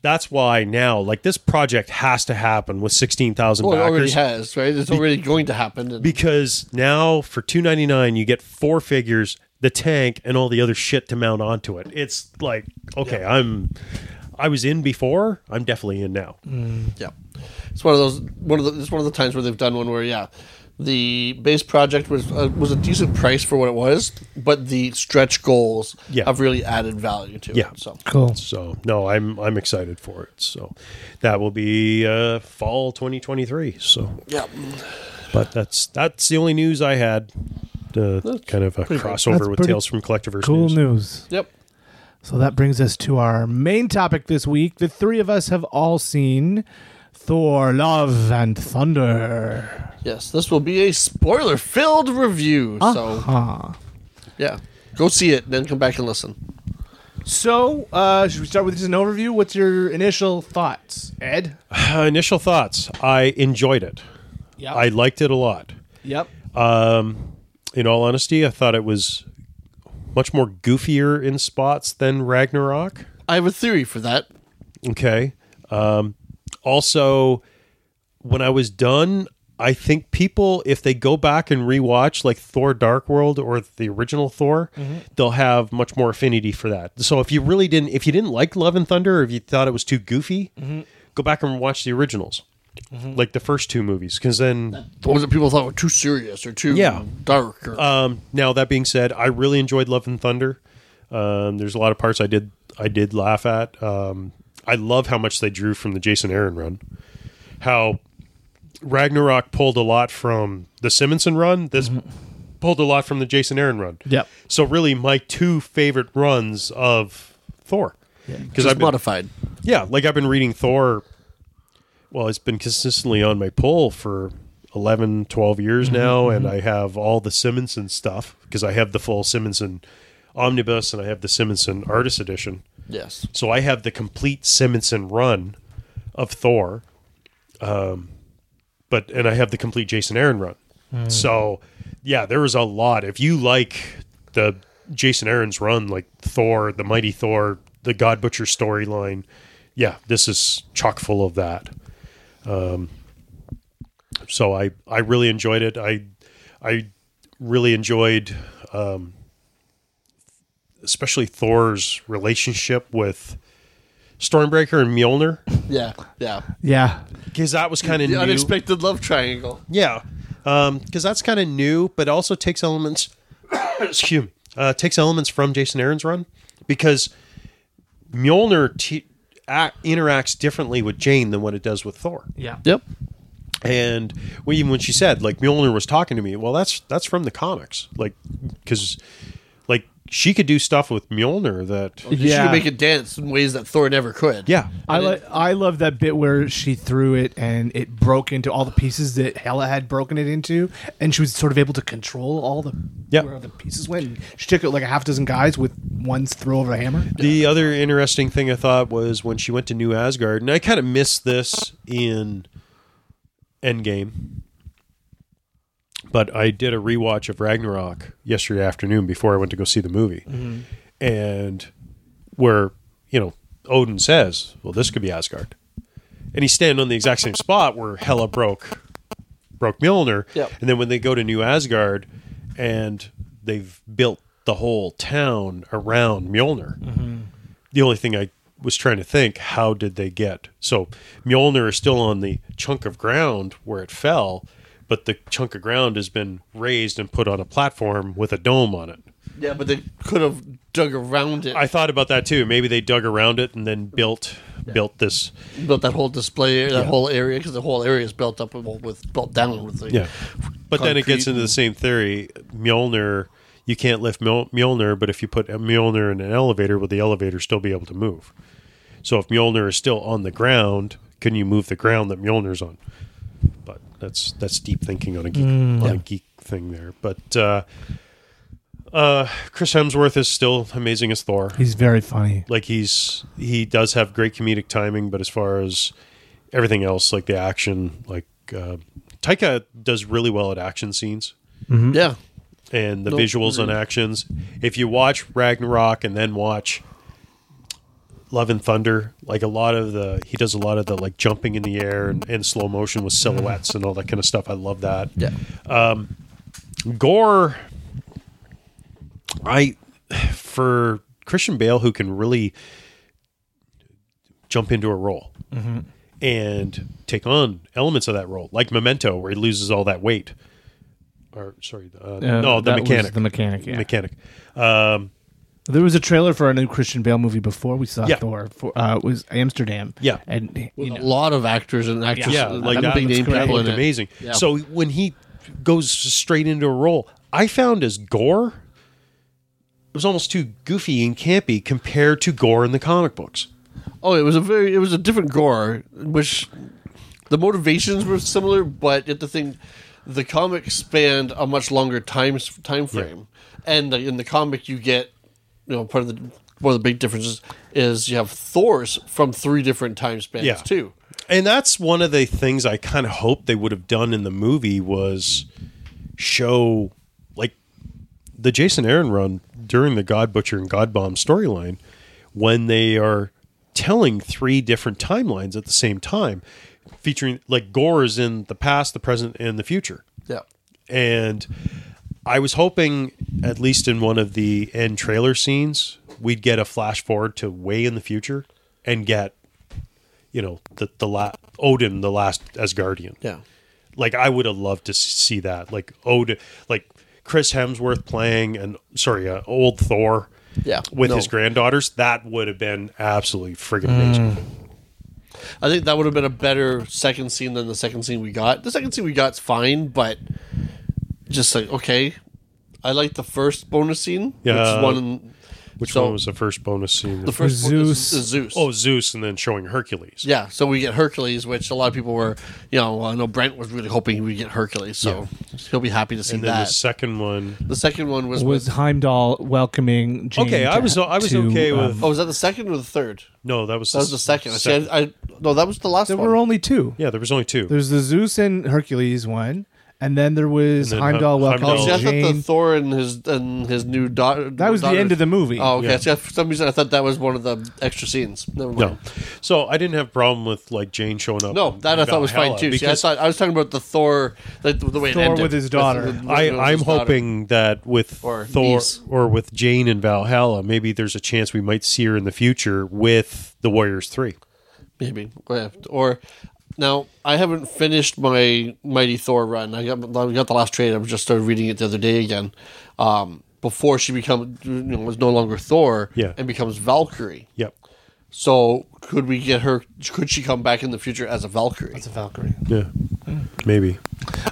[SPEAKER 3] that's why now, like this project has to happen with sixteen thousand
[SPEAKER 4] well, it already
[SPEAKER 3] backers
[SPEAKER 4] has, right? It's already going to happen. And
[SPEAKER 3] because now for 299 you get four figures the tank and all the other shit to mount onto it it's like okay i'm i was in before i'm definitely in now
[SPEAKER 2] Mm.
[SPEAKER 4] yeah, it's one of those one of the it's one of the times where they've done one where yeah, The base project was uh, was a decent price for what it was, but the stretch goals
[SPEAKER 3] Yeah.
[SPEAKER 4] have really added value to
[SPEAKER 3] Yeah.
[SPEAKER 4] it. So
[SPEAKER 2] Cool.
[SPEAKER 3] So no, I'm I'm excited for it. So that will be uh, fall 2023. So,
[SPEAKER 4] yeah,
[SPEAKER 3] but that's that's the only news I had. Uh, kind of a
[SPEAKER 2] That's
[SPEAKER 3] crossover with
[SPEAKER 2] pretty
[SPEAKER 3] Tales from Collectiverse.
[SPEAKER 2] Cool
[SPEAKER 3] news.
[SPEAKER 2] news.
[SPEAKER 4] yep.
[SPEAKER 2] So that brings us to our main topic this week. The three of us have all seen Thor, Love, and Thunder.
[SPEAKER 4] Yes, this will be a spoiler filled review. So
[SPEAKER 3] Uh-huh.
[SPEAKER 2] Huh.
[SPEAKER 4] yeah, go see it, then come back and listen.
[SPEAKER 2] So, uh, should we start with just an overview? What's your initial thoughts, Ed?
[SPEAKER 3] Uh, initial thoughts. I enjoyed it.
[SPEAKER 2] Yeah.
[SPEAKER 3] I liked it a lot.
[SPEAKER 2] Yep.
[SPEAKER 3] In all honesty, I thought it was much more goofier in spots than Ragnarok.
[SPEAKER 4] I have a theory for that.
[SPEAKER 3] Okay. Um, also, when I was done, I think people, if they go back and rewatch like Thor Dark World or the original Thor, they'll have much more affinity for that. So if you really didn't, if you didn't like Love and Thunder, or if you thought it was too goofy, go back and watch the originals, like the first two movies, because then
[SPEAKER 4] What was it people thought were too serious or too
[SPEAKER 3] Yeah.
[SPEAKER 4] dark? Or,
[SPEAKER 3] Um, now that being said, I really enjoyed Love and Thunder. Um, there's a lot of parts I did I did laugh at. Um, I love how much they drew from the Jason Aaron run. How Ragnarok pulled a lot from the Simonson run. This pulled a lot from the Jason Aaron run.
[SPEAKER 2] Yep.
[SPEAKER 3] So really, my two favorite runs of Thor. Because
[SPEAKER 4] just
[SPEAKER 3] I've been,
[SPEAKER 4] modified.
[SPEAKER 3] yeah, like I've been reading Thor. Well, it's been consistently on my pull for 11, 12 years now, and I have all the Simonson stuff because I have the full Simonson omnibus and I have the Simonson artist edition.
[SPEAKER 4] Yes.
[SPEAKER 3] So I have the complete Simonson run of Thor, um, but and I have the complete Jason Aaron run. So yeah, there is a lot. If you like the Jason Aaron's run, like Thor, the Mighty Thor, the God Butcher storyline, yeah, this is chock full of that. Um, so I I really enjoyed it. I I really enjoyed especially Thor's relationship with Stormbreaker and Mjolnir
[SPEAKER 4] Yeah. Yeah.
[SPEAKER 2] Yeah.
[SPEAKER 3] because that was kind of
[SPEAKER 4] The
[SPEAKER 3] new.
[SPEAKER 4] unexpected love triangle.
[SPEAKER 3] yeah, because that's kind of new, but also takes elements. excuse me, uh, takes elements from Jason Aaron's run because Mjolnir t- act, interacts differently with Jane than what it does with Thor.
[SPEAKER 2] Yeah.
[SPEAKER 4] Yep.
[SPEAKER 3] And well, even when she said like Mjolnir was talking to me, well, that's that's from the comics, like because like she could do stuff with Mjolnir that
[SPEAKER 4] She
[SPEAKER 2] Oh, Yeah.
[SPEAKER 4] could make it dance in ways that Thor never could.
[SPEAKER 3] yeah.
[SPEAKER 2] I like I love that bit where she threw it and it broke into all the pieces that Hela had broken it into, and she was sort of able to control all the
[SPEAKER 3] Yep.
[SPEAKER 2] where the pieces went. And She took it like a half dozen guys with one throw of a hammer.
[SPEAKER 3] The other interesting thing I thought was when she went to New Asgard, and I kind of missed this in Endgame, but I did a rewatch of Ragnarok yesterday afternoon before I went to go see the movie, and where you know Odin says, "Well, this could be Asgard," and he's standing on the exact same spot where Hela broke broke Mjolnir,
[SPEAKER 4] Yep.
[SPEAKER 3] and then when they go to New Asgard, and they've built the whole town around Mjolnir the only thing I was trying to think, how did they get? So Mjolnir is still on the chunk of ground where it fell, but the chunk of ground has been raised and put on a platform with a dome on it.
[SPEAKER 4] Yeah, but they could have dug around it.
[SPEAKER 3] I thought about that too. Maybe they dug around it and then built built this.
[SPEAKER 4] built that whole display area, that whole area, because the whole area is built up with, with built down with the.
[SPEAKER 3] Yeah. But then it gets
[SPEAKER 4] Concrete
[SPEAKER 3] into the same theory. Mjolnir, you can't lift Mjol- Mjolnir, but if you put Mjolnir in an elevator, will the elevator still be able to move? So if Mjolnir is still on the ground, can you move the ground that Mjolnir's on? But that's that's deep thinking on a geek on a geek thing there. But uh, uh, Chris Hemsworth is still amazing as Thor
[SPEAKER 2] He's very funny.
[SPEAKER 3] like he's he does have great comedic timing but as far as everything else like the action like uh, taika does really well at action scenes
[SPEAKER 4] Yeah.
[SPEAKER 3] and the visuals on actions if you watch ragnarok and then watch love and thunder like a lot of the he does a lot of the like jumping in the air and, and slow motion with silhouettes and all that kind of stuff i love that
[SPEAKER 4] Yeah.
[SPEAKER 3] gore i for christian bale who can really jump into a role and take on elements of that role like memento where he loses all that weight or sorry, uh,
[SPEAKER 2] Uh,
[SPEAKER 3] no, the
[SPEAKER 2] that was
[SPEAKER 3] mechanic,
[SPEAKER 2] the mechanic, yeah.
[SPEAKER 3] mechanic. Um,
[SPEAKER 2] There was a trailer for a new Christian Bale movie before we saw
[SPEAKER 3] Yeah.
[SPEAKER 2] Thor. For, uh, it was Amsterdam.
[SPEAKER 3] Yeah.
[SPEAKER 2] and
[SPEAKER 4] With
[SPEAKER 2] you
[SPEAKER 4] a
[SPEAKER 2] know,
[SPEAKER 4] lot of actors and actresses.
[SPEAKER 3] yeah,
[SPEAKER 4] and
[SPEAKER 3] like
[SPEAKER 4] some
[SPEAKER 3] that,
[SPEAKER 4] big
[SPEAKER 2] looks
[SPEAKER 4] name
[SPEAKER 2] great.
[SPEAKER 4] people
[SPEAKER 3] looked
[SPEAKER 4] in it.
[SPEAKER 3] amazing.
[SPEAKER 4] Yeah.
[SPEAKER 3] So when he goes straight into a role, I found his gore it was almost too goofy and campy compared to gore in the comic books.
[SPEAKER 4] Oh, it was a very it was a different gore, which the motivations were similar, but yet the thing, the comic spanned a much longer time s- time frame, and the, in the comic you get, you know, part of the one of the big differences is you have Thor's from three different time spans
[SPEAKER 3] Yeah.
[SPEAKER 4] too.
[SPEAKER 3] And that's one of the things I kind of hoped they would have done in the movie was show like the Jason Aaron run during the God Butcher and God Bomb storyline when they are telling three different timelines at the same time featuring like gore is in the past, the present and the future
[SPEAKER 4] Yeah,
[SPEAKER 3] and I was hoping, at least in one of the end trailer scenes, we'd get a flash forward to way in the future and get, you know, the the la- Odin, the last Asgardian.
[SPEAKER 4] yeah,
[SPEAKER 3] Like I would have loved to see that, like Odin, like Chris Hemsworth playing and sorry, uh, old Thor
[SPEAKER 4] yeah.
[SPEAKER 3] with
[SPEAKER 4] No.
[SPEAKER 3] his granddaughters. That would have been absolutely friggin' amazing.
[SPEAKER 4] I think that would have been a better second scene than the second scene we got. The second scene we got's fine, but just like okay, I like the first bonus scene,
[SPEAKER 3] Yeah.
[SPEAKER 4] which one.
[SPEAKER 3] Which
[SPEAKER 4] So-
[SPEAKER 3] one was the first bonus scene?
[SPEAKER 4] The first one is-
[SPEAKER 2] Zeus.
[SPEAKER 4] is Zeus.
[SPEAKER 3] oh, Zeus, and then showing Hercules.
[SPEAKER 4] yeah. So we get Hercules, which a lot of people were, you know, I know Brent was really hoping we get Hercules, so he'll be happy to see
[SPEAKER 3] And then
[SPEAKER 4] that.
[SPEAKER 3] the second one.
[SPEAKER 4] the second one was,
[SPEAKER 2] was
[SPEAKER 4] with,
[SPEAKER 2] Heimdall welcoming? Jane
[SPEAKER 3] Okay, I was-
[SPEAKER 2] to-
[SPEAKER 3] I was
[SPEAKER 2] to,
[SPEAKER 3] okay
[SPEAKER 2] um,
[SPEAKER 3] with-
[SPEAKER 4] oh, was that the second or the third?
[SPEAKER 3] No, that was
[SPEAKER 4] That was the second. I, see, I, I no, that was the last
[SPEAKER 2] there
[SPEAKER 4] one.
[SPEAKER 2] were only two.
[SPEAKER 3] Yeah, there was only two.
[SPEAKER 2] There's the Zeus and Hercules one, and then there was
[SPEAKER 3] And then
[SPEAKER 2] Heimdall
[SPEAKER 3] Heim-
[SPEAKER 2] welcoming
[SPEAKER 4] Oh,
[SPEAKER 3] Heimdall.
[SPEAKER 4] see, I thought
[SPEAKER 2] Jane.
[SPEAKER 4] the Thor and his and his new daughter.
[SPEAKER 2] that was the end of the movie.
[SPEAKER 4] Oh, okay.
[SPEAKER 3] Yeah.
[SPEAKER 4] See, I- for some reason, I thought that was one of the extra scenes. Never mind.
[SPEAKER 3] no, so I didn't have a problem with like Jane showing up.
[SPEAKER 4] No,
[SPEAKER 3] and
[SPEAKER 4] that I thought was fine
[SPEAKER 3] Valhalla
[SPEAKER 4] too. See, I
[SPEAKER 3] because
[SPEAKER 4] thought I was talking about the Thor, like, the way it
[SPEAKER 2] Thor
[SPEAKER 4] ended.
[SPEAKER 2] with his daughter.
[SPEAKER 3] I,
[SPEAKER 4] with
[SPEAKER 3] I'm
[SPEAKER 4] his daughter.
[SPEAKER 3] hoping that with
[SPEAKER 4] Or
[SPEAKER 3] Thor
[SPEAKER 4] niece.
[SPEAKER 3] or with Jane and Valhalla, maybe there's a chance we might see her in the future with the Warriors Three.
[SPEAKER 4] maybe Left. or now i haven't finished my mighty thor run i got, I got the last trade i just started reading it the other day again um, before she becomes you know, was no longer thor
[SPEAKER 3] Yeah.
[SPEAKER 4] and becomes valkyrie
[SPEAKER 3] Yep.
[SPEAKER 4] so could we get her could she come back in the future as a valkyrie
[SPEAKER 2] It's a Valkyrie.
[SPEAKER 3] Yeah. Maybe.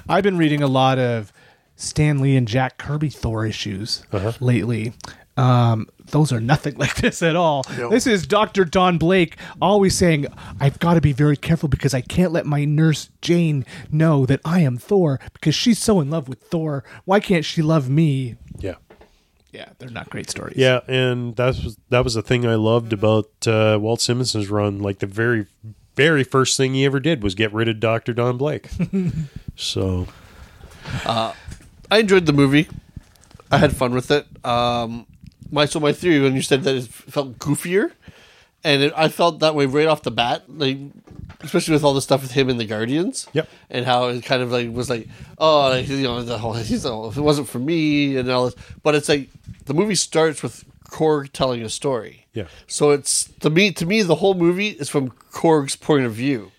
[SPEAKER 2] I've been reading a lot of Stan Lee and Jack Kirby Thor issues lately. Um, those are nothing like this at all. This is Dr. Don Blake always saying, I've got to be very careful because I can't let my nurse Jane know that I am Thor because she's so in love with Thor. Why can't she love me?
[SPEAKER 3] Yeah.
[SPEAKER 2] Yeah, they're not great stories.
[SPEAKER 3] Yeah, and that was that was the thing I loved about uh, Walt Simonson's run. Like the very, very first thing he ever did was get rid of Doctor Don Blake. so
[SPEAKER 4] I enjoyed the movie. I had fun with it. Um, my so my theory when you said that it felt goofier, and it, I felt that way right off the bat, like especially with all the stuff with him and the Guardians.
[SPEAKER 3] Yep.
[SPEAKER 4] And how it kind of like was like, oh, like, you know, the whole he's all, if it wasn't for me and all this, but it's like the movie starts with Korg telling a story.
[SPEAKER 3] Yeah.
[SPEAKER 4] So it's to me to me the whole movie is from Korg's point of view,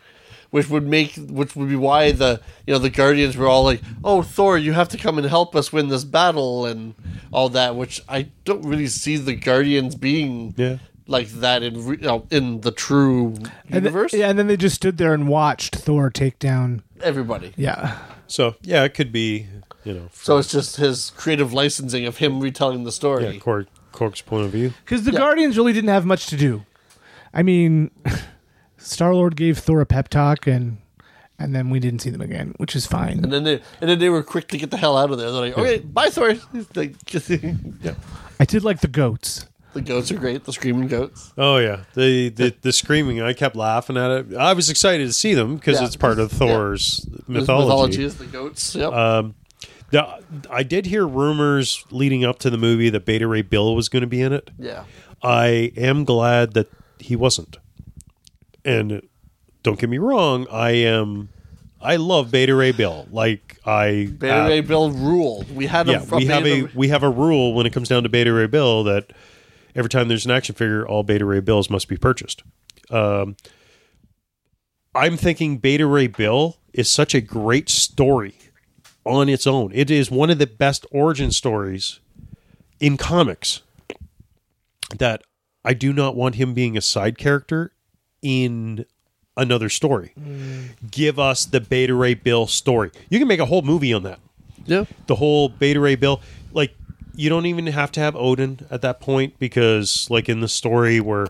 [SPEAKER 4] which would make which would be why the you know the Guardians were all like, "Oh Thor, you have to come and help us win this battle" and all that, which I don't really see the Guardians being
[SPEAKER 3] Yeah.
[SPEAKER 4] like that in re- you know, in the true
[SPEAKER 2] And, th-
[SPEAKER 4] universe.
[SPEAKER 2] yeah, and then they just stood there and watched Thor take down.
[SPEAKER 4] Everybody.
[SPEAKER 2] Yeah.
[SPEAKER 3] so yeah, it could be you know.
[SPEAKER 4] So it's just his creative licensing of him retelling the story.
[SPEAKER 3] Yeah, Cork, Cork's point of view.
[SPEAKER 2] Because the Guardians really didn't have much to do. I mean, Star Lord gave Thor a pep talk, and and then we didn't see them again, which is fine.
[SPEAKER 4] and then they and then they were quick to get the hell out of there. They're like, "Okay, bye, Thor." Like, the
[SPEAKER 2] I did like the goats.
[SPEAKER 4] goats are great. The screaming goats.
[SPEAKER 3] Oh yeah, the, the the screaming. I kept laughing at it. I was excited to see them because
[SPEAKER 4] Yeah.
[SPEAKER 3] it's part of Thor's
[SPEAKER 4] His
[SPEAKER 3] mythology. Uh,
[SPEAKER 4] is the goats. Yep.
[SPEAKER 3] The- I did hear rumors leading up to the movie that Beta Ray Bill was going to be in it.
[SPEAKER 4] yeah.
[SPEAKER 3] I am glad that he wasn't. And don't get me wrong, I am. I love Beta Ray Bill. Like I
[SPEAKER 4] Beta
[SPEAKER 3] uh,
[SPEAKER 4] Ray Bill rule. We had a
[SPEAKER 3] yeah, we have a we have a rule when it comes down to Beta Ray Bill that every time there's an action figure, all Beta Ray Bills must be purchased. Um, I'm thinking Beta Ray Bill is such a great story on its own. It is one of the best origin stories in comics that I do not want him being a side character in another story.
[SPEAKER 4] Mm.
[SPEAKER 3] Give us the Beta Ray Bill story. You can make a whole movie on that.
[SPEAKER 4] Yeah.
[SPEAKER 3] The whole Beta Ray Bill, like you don't even have to have Odin at that point because, like in the story where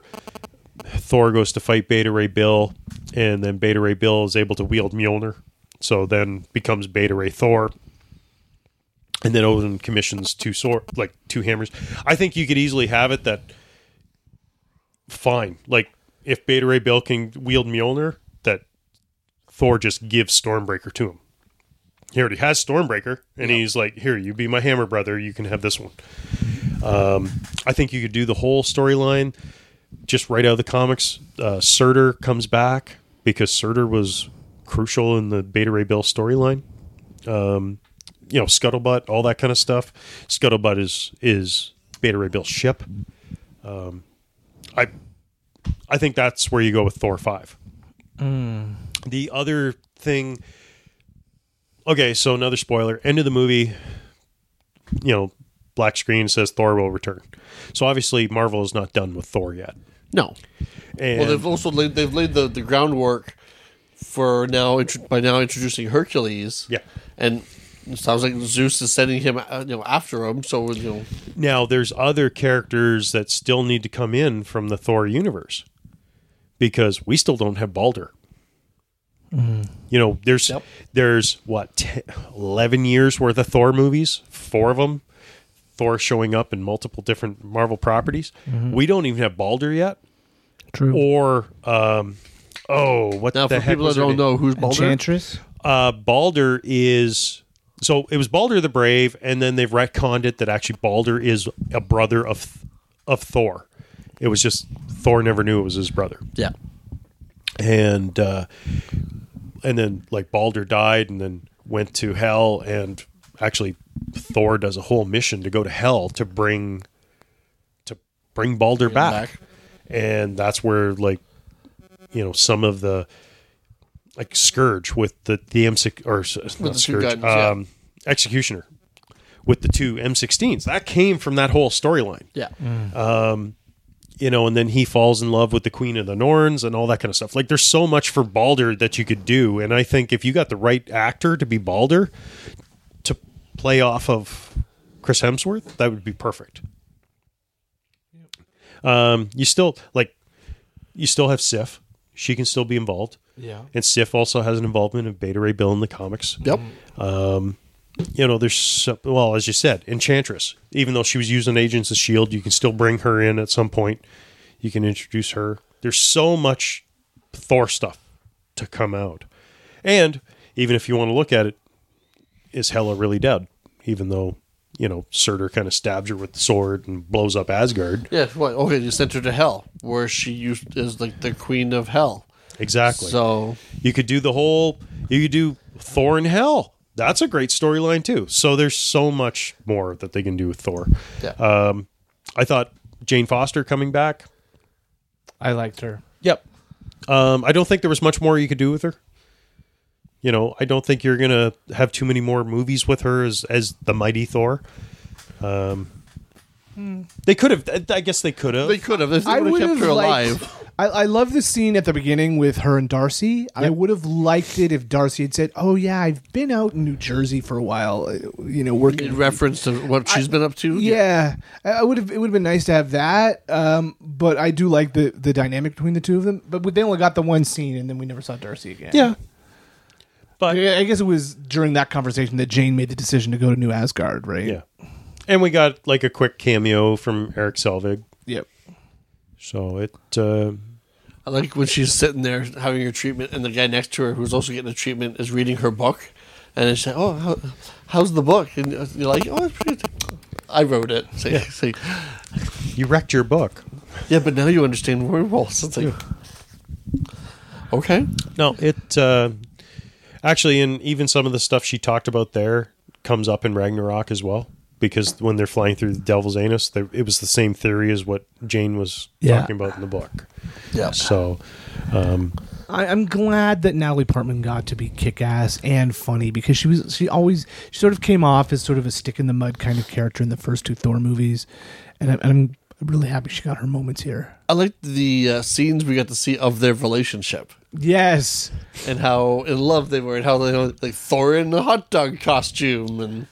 [SPEAKER 3] Thor goes to fight Beta Ray Bill, and then Beta Ray Bill is able to wield Mjolnir, so then becomes Beta Ray Thor and then Odin commissions two sword like two hammers. I think you could easily have it that fine. Like if Beta Ray Bill can wield Mjolnir, that Thor just gives Stormbreaker to him. He already has Stormbreaker, and he's like, "Here, you be my hammer, brother. You can have this one." Um, I think you could do the whole storyline just right out of the comics. Uh, Surtur comes back because Surtur was crucial in the Beta Ray Bill storyline Um, you know scuttlebutt all that kind of stuff scuttlebutt is is beta ray bill's ship um i i think that's where you go with thor 5 the other thing okay so another spoiler end of the movie you know black screen says thor will return so obviously marvel is not done with thor yet
[SPEAKER 4] No.
[SPEAKER 3] and
[SPEAKER 4] Well, they've also laid, they've laid the, the groundwork for now intro- by now introducing Hercules.
[SPEAKER 3] Yeah.
[SPEAKER 4] and it sounds like Zeus is sending him uh, you know after him. So you know,
[SPEAKER 3] Now, there's other characters that still need to come in from the Thor universe because we still don't have Balder. You know, there's
[SPEAKER 4] Mm-hmm. Yep.
[SPEAKER 3] there's what 10, 11 years worth of Thor movies, four of them, Thor showing up in multiple different Marvel properties.
[SPEAKER 4] Mm-hmm.
[SPEAKER 3] We don't even have Balder yet,
[SPEAKER 2] True.
[SPEAKER 3] or um, oh, what
[SPEAKER 4] now
[SPEAKER 3] the
[SPEAKER 4] for
[SPEAKER 3] heck
[SPEAKER 4] people
[SPEAKER 3] was
[SPEAKER 4] that
[SPEAKER 3] her
[SPEAKER 4] don't
[SPEAKER 3] name?
[SPEAKER 4] know who's Balder,
[SPEAKER 2] Enchantress.
[SPEAKER 3] uh, Balder is so it was Balder the Brave, and then they've retconned it that actually Balder is a brother of of Thor. It was just Thor never knew it was his brother,
[SPEAKER 4] yeah,
[SPEAKER 3] and uh, and then like Balder died, and then went to hell, and actually Thor does a whole mission to go to hell to bring to bring Balder back.
[SPEAKER 4] back.
[SPEAKER 3] and that's where like you know some of the like scourge with the the M six or s- not
[SPEAKER 4] the two
[SPEAKER 3] scourge
[SPEAKER 4] guns, yeah.
[SPEAKER 3] um, executioner with the two M16s that came from that whole storyline
[SPEAKER 4] yeah,
[SPEAKER 3] you know, and then he falls in love with the Queen of the Norns and all that kind of stuff. Like, there's so much for Balder that you could do, and I think if you got the right actor to be Balder to play off of Chris Hemsworth, that would be perfect. Um, you still like, you still have Sif. She can still be involved,
[SPEAKER 2] Yeah.
[SPEAKER 3] and Sif also has an involvement of Beta Ray Bill in the comics
[SPEAKER 4] yep,
[SPEAKER 3] you know, there's so, well, as you said, Enchantress. Even though she was using Agents of Shield, E you can still bring her in at some point. You can introduce her. There's so much Thor stuff to come out, and even if you want to look at it, is Hela really dead? Even though you know Surtur kind of stabs her with the sword and blows up Asgard.
[SPEAKER 4] yeah. What? Okay, you sent her to hell, where she used is like the queen of hell.
[SPEAKER 3] Exactly.
[SPEAKER 4] So
[SPEAKER 3] You could do the whole. You could do Thor in Hell. That's a great storyline too. So there's so much more that they can do with Thor.
[SPEAKER 4] Yeah.
[SPEAKER 3] Um, I thought Jane Foster coming back.
[SPEAKER 2] I liked her.
[SPEAKER 3] Yep. Um, I don't think there was much more you could do with her. You know, I don't think you're gonna have too many more movies with her as as the mighty Thor. Um, they could have. I guess they could have.
[SPEAKER 4] they could have. They
[SPEAKER 2] I
[SPEAKER 4] would have kept her alive.
[SPEAKER 2] liked- I, I love the scene at the beginning with her and Darcy. I would have liked it if Darcy had said, "Oh yeah, I've been out in New Jersey for a while, uh, you know,
[SPEAKER 4] in
[SPEAKER 2] working."
[SPEAKER 4] reference to what she's been up to.
[SPEAKER 2] yeah, I I would have. It would have been nice to have that. Um, but I do like the the dynamic between the two of them. But they only got the one scene, and then we never saw Darcy again.
[SPEAKER 3] yeah. But
[SPEAKER 2] I I guess it was during that conversation that Jane made the decision to go to New Asgard, right?
[SPEAKER 3] Yeah. And we got like a quick cameo from Eric Selvig.
[SPEAKER 2] Yep.
[SPEAKER 3] So it uh,
[SPEAKER 4] I like when she's sitting there having her treatment, and the guy next to her, who's also getting a treatment, is reading her book, and it's like, "Oh, how, how's the book?" And you're like, "Oh, it's pretty good." I wrote it." It's like- it's like,
[SPEAKER 3] you wrecked your book.
[SPEAKER 4] yeah, but now you understand werewolves. It's like, okay,
[SPEAKER 3] No, it uh, actually, and even some of the stuff she talked about there comes up in Ragnarok as well. Because when they're flying through the Devil's Anus, they- it was the same theory as what Jane was
[SPEAKER 2] Yeah.
[SPEAKER 3] talking about in the book.
[SPEAKER 4] yeah,
[SPEAKER 3] So, um,
[SPEAKER 2] I, I'm glad that Natalie Portman got to be kick-ass and funny because she was she always she sort of came off as sort of a stick in the mud kind of character in the first two Thor movies, and I'm, and I'm really happy she got her moments here.
[SPEAKER 4] I liked the uh, scenes we got to see of their relationship
[SPEAKER 2] Yes,
[SPEAKER 4] and how in love they were, and how they like Thor in a hot dog costume and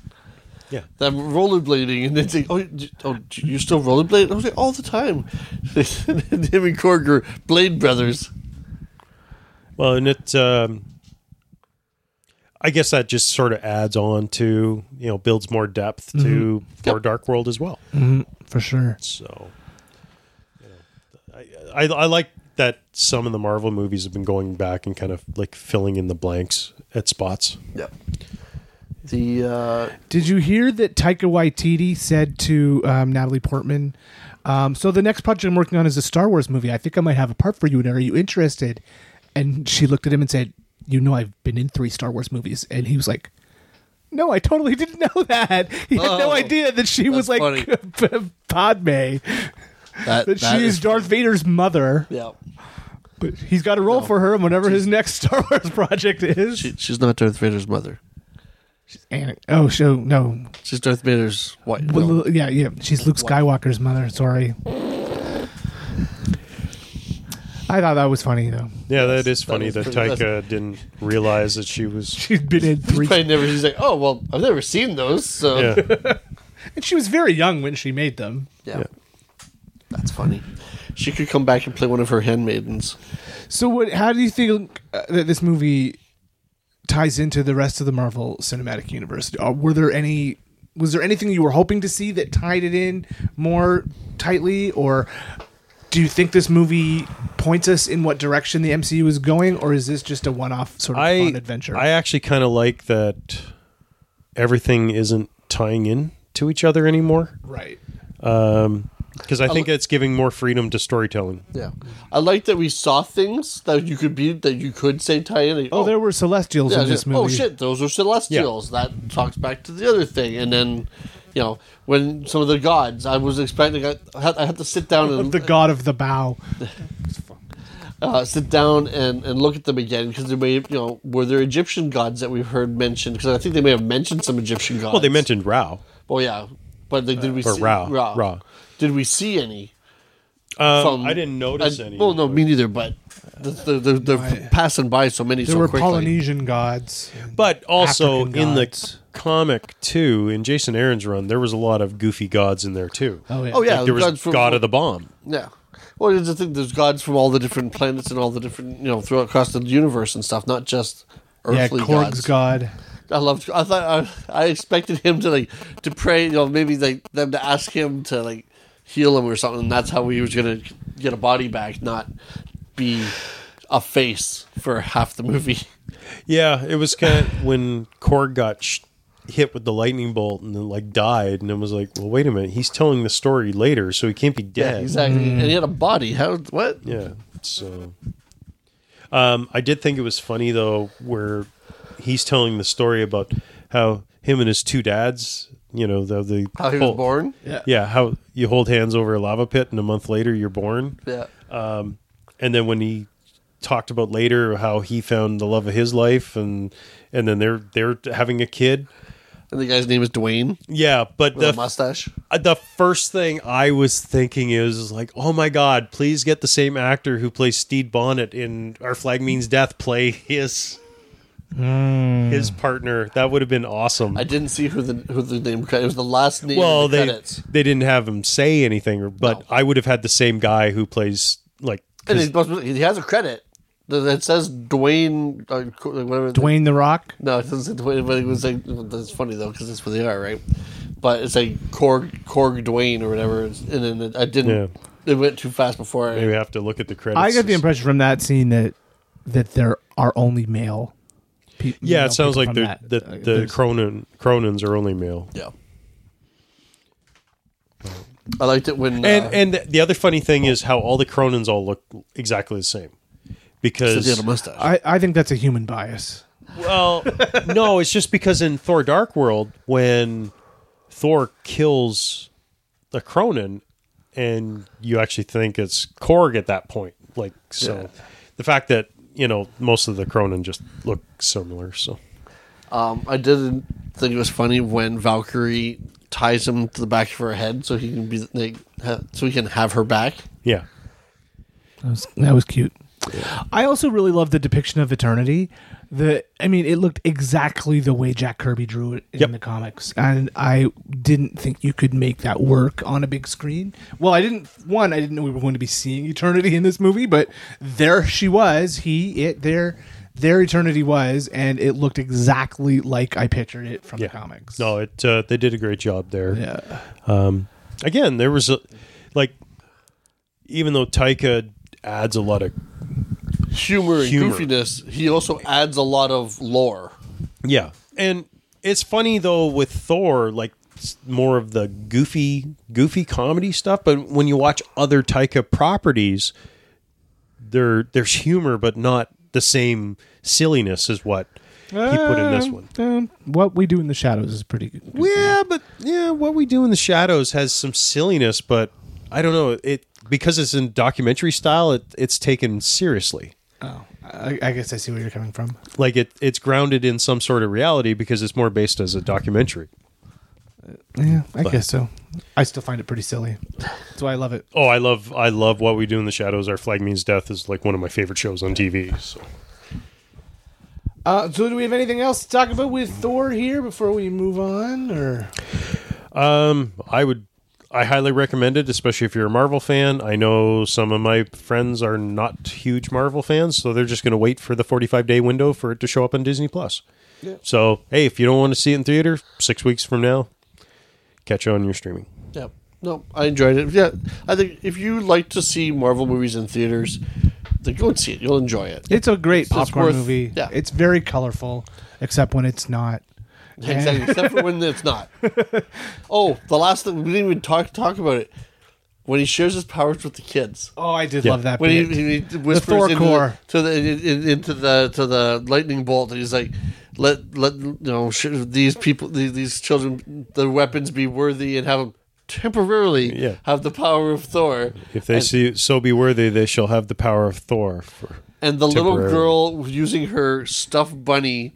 [SPEAKER 3] Yeah.
[SPEAKER 4] them rollerblading, and then say, "Oh, d- oh, d- you still rollerblade?" I was like, "All the time." and him and Korg are Blade Brothers.
[SPEAKER 3] Well, and it, um, I guess that just sort of adds on to you know builds more depth to Thor:
[SPEAKER 4] Yep.
[SPEAKER 3] Dark World as well.
[SPEAKER 2] for sure.
[SPEAKER 3] So, you know, I, I I like that some of the Marvel movies have been going back and kind of like filling in the blanks at spots.
[SPEAKER 4] Yep. The uh,
[SPEAKER 2] Did you hear that Taika Waititi said to um, Natalie Portman? Um, so the next project I'm working on is a Star Wars movie. I think I might have a part for you. And are you interested? And she looked at him and said, "You know, I've been in three Star Wars movies." And he was like, "No, I totally didn't know that." He had no
[SPEAKER 4] Oh,
[SPEAKER 2] idea that she was
[SPEAKER 4] that's
[SPEAKER 2] like Padme,
[SPEAKER 4] that,
[SPEAKER 2] that
[SPEAKER 4] that
[SPEAKER 2] she is Darth Vader's mother.
[SPEAKER 4] Yeah.
[SPEAKER 2] But he's got a role for her, and whatever his next Star Wars project is,
[SPEAKER 4] She, she's not Darth Vader's mother.
[SPEAKER 2] Anakin- oh, so no,
[SPEAKER 4] She's Darth Vader's wife.
[SPEAKER 2] Well,
[SPEAKER 4] No.
[SPEAKER 2] yeah, yeah. She's Luke Skywalker's mother. Sorry. I thought that was funny though.
[SPEAKER 3] Yeah, that is funny
[SPEAKER 4] is
[SPEAKER 3] that,
[SPEAKER 4] pretty-
[SPEAKER 3] Taika didn't realize that she was.
[SPEAKER 2] She'd been in three,
[SPEAKER 4] Probably never. She's like, "Oh well, I've never seen those." So
[SPEAKER 3] Yeah,
[SPEAKER 2] and she was very young when she made them.
[SPEAKER 4] Yeah. That's funny. She could come back and play one of her handmaidens.
[SPEAKER 2] So, what? How do you think uh, that this movie ties into the rest of the Marvel Cinematic Universe? Uh, were there any? Was there anything you were hoping to see that tied it in more tightly, or do you think this movie points us in what direction the MCU is going, or is this just a one-off sort of
[SPEAKER 3] I
[SPEAKER 2] fun adventure?
[SPEAKER 3] I actually kind of like that everything isn't tying in to each other anymore.
[SPEAKER 2] right.
[SPEAKER 3] because I think it's giving more freedom to storytelling.
[SPEAKER 4] Yeah, I like that we saw things that you could be that you could say tie in.
[SPEAKER 2] Oh, there were celestials
[SPEAKER 4] yeah,
[SPEAKER 2] in this
[SPEAKER 4] yeah.
[SPEAKER 2] movie.
[SPEAKER 4] Oh shit, those are celestials. That talks back to the other thing, and then you know when some of the gods. I was expecting. I had, I had to sit down and
[SPEAKER 2] The god of the bow.
[SPEAKER 4] uh, sit down and, and look at them again because they may you know were there Egyptian gods that we've heard mentioned because I think they may have mentioned some Egyptian gods.
[SPEAKER 3] Well, they mentioned Rao.
[SPEAKER 4] Oh yeah, but like, did we
[SPEAKER 3] or
[SPEAKER 4] see
[SPEAKER 3] Ra,
[SPEAKER 4] Ra.
[SPEAKER 3] Ra.
[SPEAKER 4] Did we see any?
[SPEAKER 3] Um,
[SPEAKER 4] from-
[SPEAKER 3] I didn't notice
[SPEAKER 4] I-
[SPEAKER 3] any.
[SPEAKER 4] Well, no, me neither. But the, the, the, they're passing by so many
[SPEAKER 2] There
[SPEAKER 4] so
[SPEAKER 2] were
[SPEAKER 4] quickly.
[SPEAKER 2] Polynesian gods.
[SPEAKER 3] but also
[SPEAKER 2] African
[SPEAKER 3] in the
[SPEAKER 2] gods.
[SPEAKER 3] comic too, in Jason Aaron's run, there was a lot of goofy gods in there too.
[SPEAKER 2] Oh yeah.
[SPEAKER 4] Oh yeah,
[SPEAKER 3] Like, there was
[SPEAKER 4] gods from-
[SPEAKER 3] God of the Bomb.
[SPEAKER 4] Yeah. Well, there's the thing. There's gods from all the different planets and all the different you know throughout across the universe and stuff, not just
[SPEAKER 2] Yeah,
[SPEAKER 4] earthly
[SPEAKER 2] Korg's
[SPEAKER 4] gods.
[SPEAKER 2] god.
[SPEAKER 4] I loved. I thought I, I expected him to like to pray. You know, maybe like them to ask him to like heal him or something. And that's how he was gonna get a body back, not be a face for half the movie.
[SPEAKER 3] Yeah, it was kind of when Korg got sh- hit with the lightning bolt and then like died, and it was like, well, wait a minute, he's telling the story later, so he can't be dead.
[SPEAKER 4] exactly.
[SPEAKER 3] Mm.
[SPEAKER 4] And he had a body. How? What?
[SPEAKER 3] Yeah. So, um, I did think it was funny though, where he's telling the story about how him and his two dads, you know, the, the
[SPEAKER 4] How he was
[SPEAKER 3] whole-
[SPEAKER 4] born?
[SPEAKER 3] Yeah, how you hold hands over a lava pit, and a month later you're born.
[SPEAKER 4] Yeah.
[SPEAKER 3] And then when he talked about later how he found the love of his life, and and then they're they're having a kid.
[SPEAKER 4] And the guy's name is Dwayne
[SPEAKER 3] Yeah, but
[SPEAKER 4] with
[SPEAKER 3] the
[SPEAKER 4] a mustache.
[SPEAKER 3] uh, the first thing I was thinking is, is like, oh my god, please get the same actor who plays Steed Bonnet in Our Flag Means Death play his
[SPEAKER 2] Hmm.
[SPEAKER 3] his partner. That would have been awesome.
[SPEAKER 4] I didn't see who the who the name. It was the last name.
[SPEAKER 3] well,
[SPEAKER 4] in the
[SPEAKER 3] they
[SPEAKER 4] credits.
[SPEAKER 3] they didn't have him say anything, but
[SPEAKER 4] No.
[SPEAKER 3] I would have had the same guy who plays like
[SPEAKER 4] And he's supposed to- he has a credit that that says Dwayne. Uh, co- like, whatever.
[SPEAKER 2] Dwayne the Rock.
[SPEAKER 4] No, it doesn't say Dwayne, but it was like that's funny though because that's what they are, right? But it's like Korg Korg Dwayne or whatever. it's- And then it, I didn't. It went too fast before.
[SPEAKER 3] maybe
[SPEAKER 4] I,
[SPEAKER 3] I have to look at the credits.
[SPEAKER 2] I got the impression from that scene that that there are only male. Pe-
[SPEAKER 3] Yeah,
[SPEAKER 2] male
[SPEAKER 3] it sounds
[SPEAKER 2] people
[SPEAKER 3] like
[SPEAKER 2] from
[SPEAKER 3] the
[SPEAKER 2] that.
[SPEAKER 3] the,
[SPEAKER 2] Uh,
[SPEAKER 3] the
[SPEAKER 2] there's-
[SPEAKER 3] Cronin Cronins are only male.
[SPEAKER 4] yeah. I liked it when
[SPEAKER 3] And
[SPEAKER 4] uh,
[SPEAKER 3] and the other funny thing is how all the Cronins all look exactly the same. Because
[SPEAKER 4] he had a mustache.
[SPEAKER 2] I, I think that's a human bias.
[SPEAKER 3] Well, no, it's just because in Thor Dark World, when Thor kills the Cronin, and you actually think it's Korg at that point. Like, so the fact that, you know, most of the Cronin just look similar. So
[SPEAKER 4] Um, I didn't think it was funny when Valkyrie ties him to the back of her head so he can be like, ha, so he can have her back.
[SPEAKER 3] yeah,
[SPEAKER 2] That was, that was cute. I also really love the depiction of eternity. The I mean, it looked exactly the way Jack Kirby drew it in
[SPEAKER 3] Yep.
[SPEAKER 2] the comics, and I didn't think you could make that work on a big screen. Well, I didn't. One, I didn't know we were going to be seeing eternity in this movie, but there she was. He, it, there, there eternity was, and it looked exactly like I pictured it from
[SPEAKER 3] yeah.
[SPEAKER 2] the comics.
[SPEAKER 3] No, it uh, they did a great job there.
[SPEAKER 2] yeah,
[SPEAKER 3] Again, there was a like, even though Taika adds a lot of
[SPEAKER 4] Humor and
[SPEAKER 3] Humor.
[SPEAKER 4] goofiness. He also adds a lot of lore.
[SPEAKER 3] Yeah. And it's funny though with Thor, like it's more of the goofy goofy comedy stuff, but when you watch other Taika properties, there there's humor but not the same silliness as what he put in this one. Mm-hmm.
[SPEAKER 2] Um, what we do in the shadows is pretty good.
[SPEAKER 3] Yeah, but yeah, what we do in the shadows has some silliness, but I don't know, it because it's in documentary style, it, it's taken seriously.
[SPEAKER 2] Oh, I, I guess I see where you're coming from.
[SPEAKER 3] Like it it's grounded in some sort of reality because it's more based as a documentary.
[SPEAKER 2] Yeah, I guess so. I still find it pretty silly. That's why I love it.
[SPEAKER 3] Oh, I love I love what we do in the shadows. Our flag means death is like one of my favorite shows on TV. So
[SPEAKER 2] Uh, so, do we have anything else to talk about with Thor here before we move on? Or
[SPEAKER 3] I would I highly recommend it, especially if you're a Marvel fan. I know some of my friends are not huge Marvel fans, so they're just going to wait for the 45 day window for it to show up on Disney Plus. So hey, if you don't want to see it in theater, six weeks from now, catch on your streaming.
[SPEAKER 4] Yeah. No, I enjoyed it. Yeah, I think if you like to see Marvel movies in theaters, then go and see it. You'll enjoy it.
[SPEAKER 2] it's a great popcorn
[SPEAKER 4] worth-
[SPEAKER 2] movie.
[SPEAKER 4] yeah.
[SPEAKER 2] it's very colorful, except when it's not.
[SPEAKER 4] Exactly, except for when it's not. Oh, the last thing we didn't even talk talk about it. When he shares his powers with the kids.
[SPEAKER 2] Oh, I did love that.
[SPEAKER 4] When he,
[SPEAKER 2] bit.
[SPEAKER 4] he whispers
[SPEAKER 2] Thor
[SPEAKER 4] into,
[SPEAKER 2] core.
[SPEAKER 4] The, to the in- in- into the to the lightning bolt, and he's like, "Let let you know sh- these people, these, these children, their weapons be worthy, and have them temporarily
[SPEAKER 3] Yeah.
[SPEAKER 4] have the power of Thor."
[SPEAKER 3] If they see so be worthy, they shall have the power of Thor. For
[SPEAKER 4] and the little
[SPEAKER 3] Temporarily.
[SPEAKER 4] girl using her stuffed bunny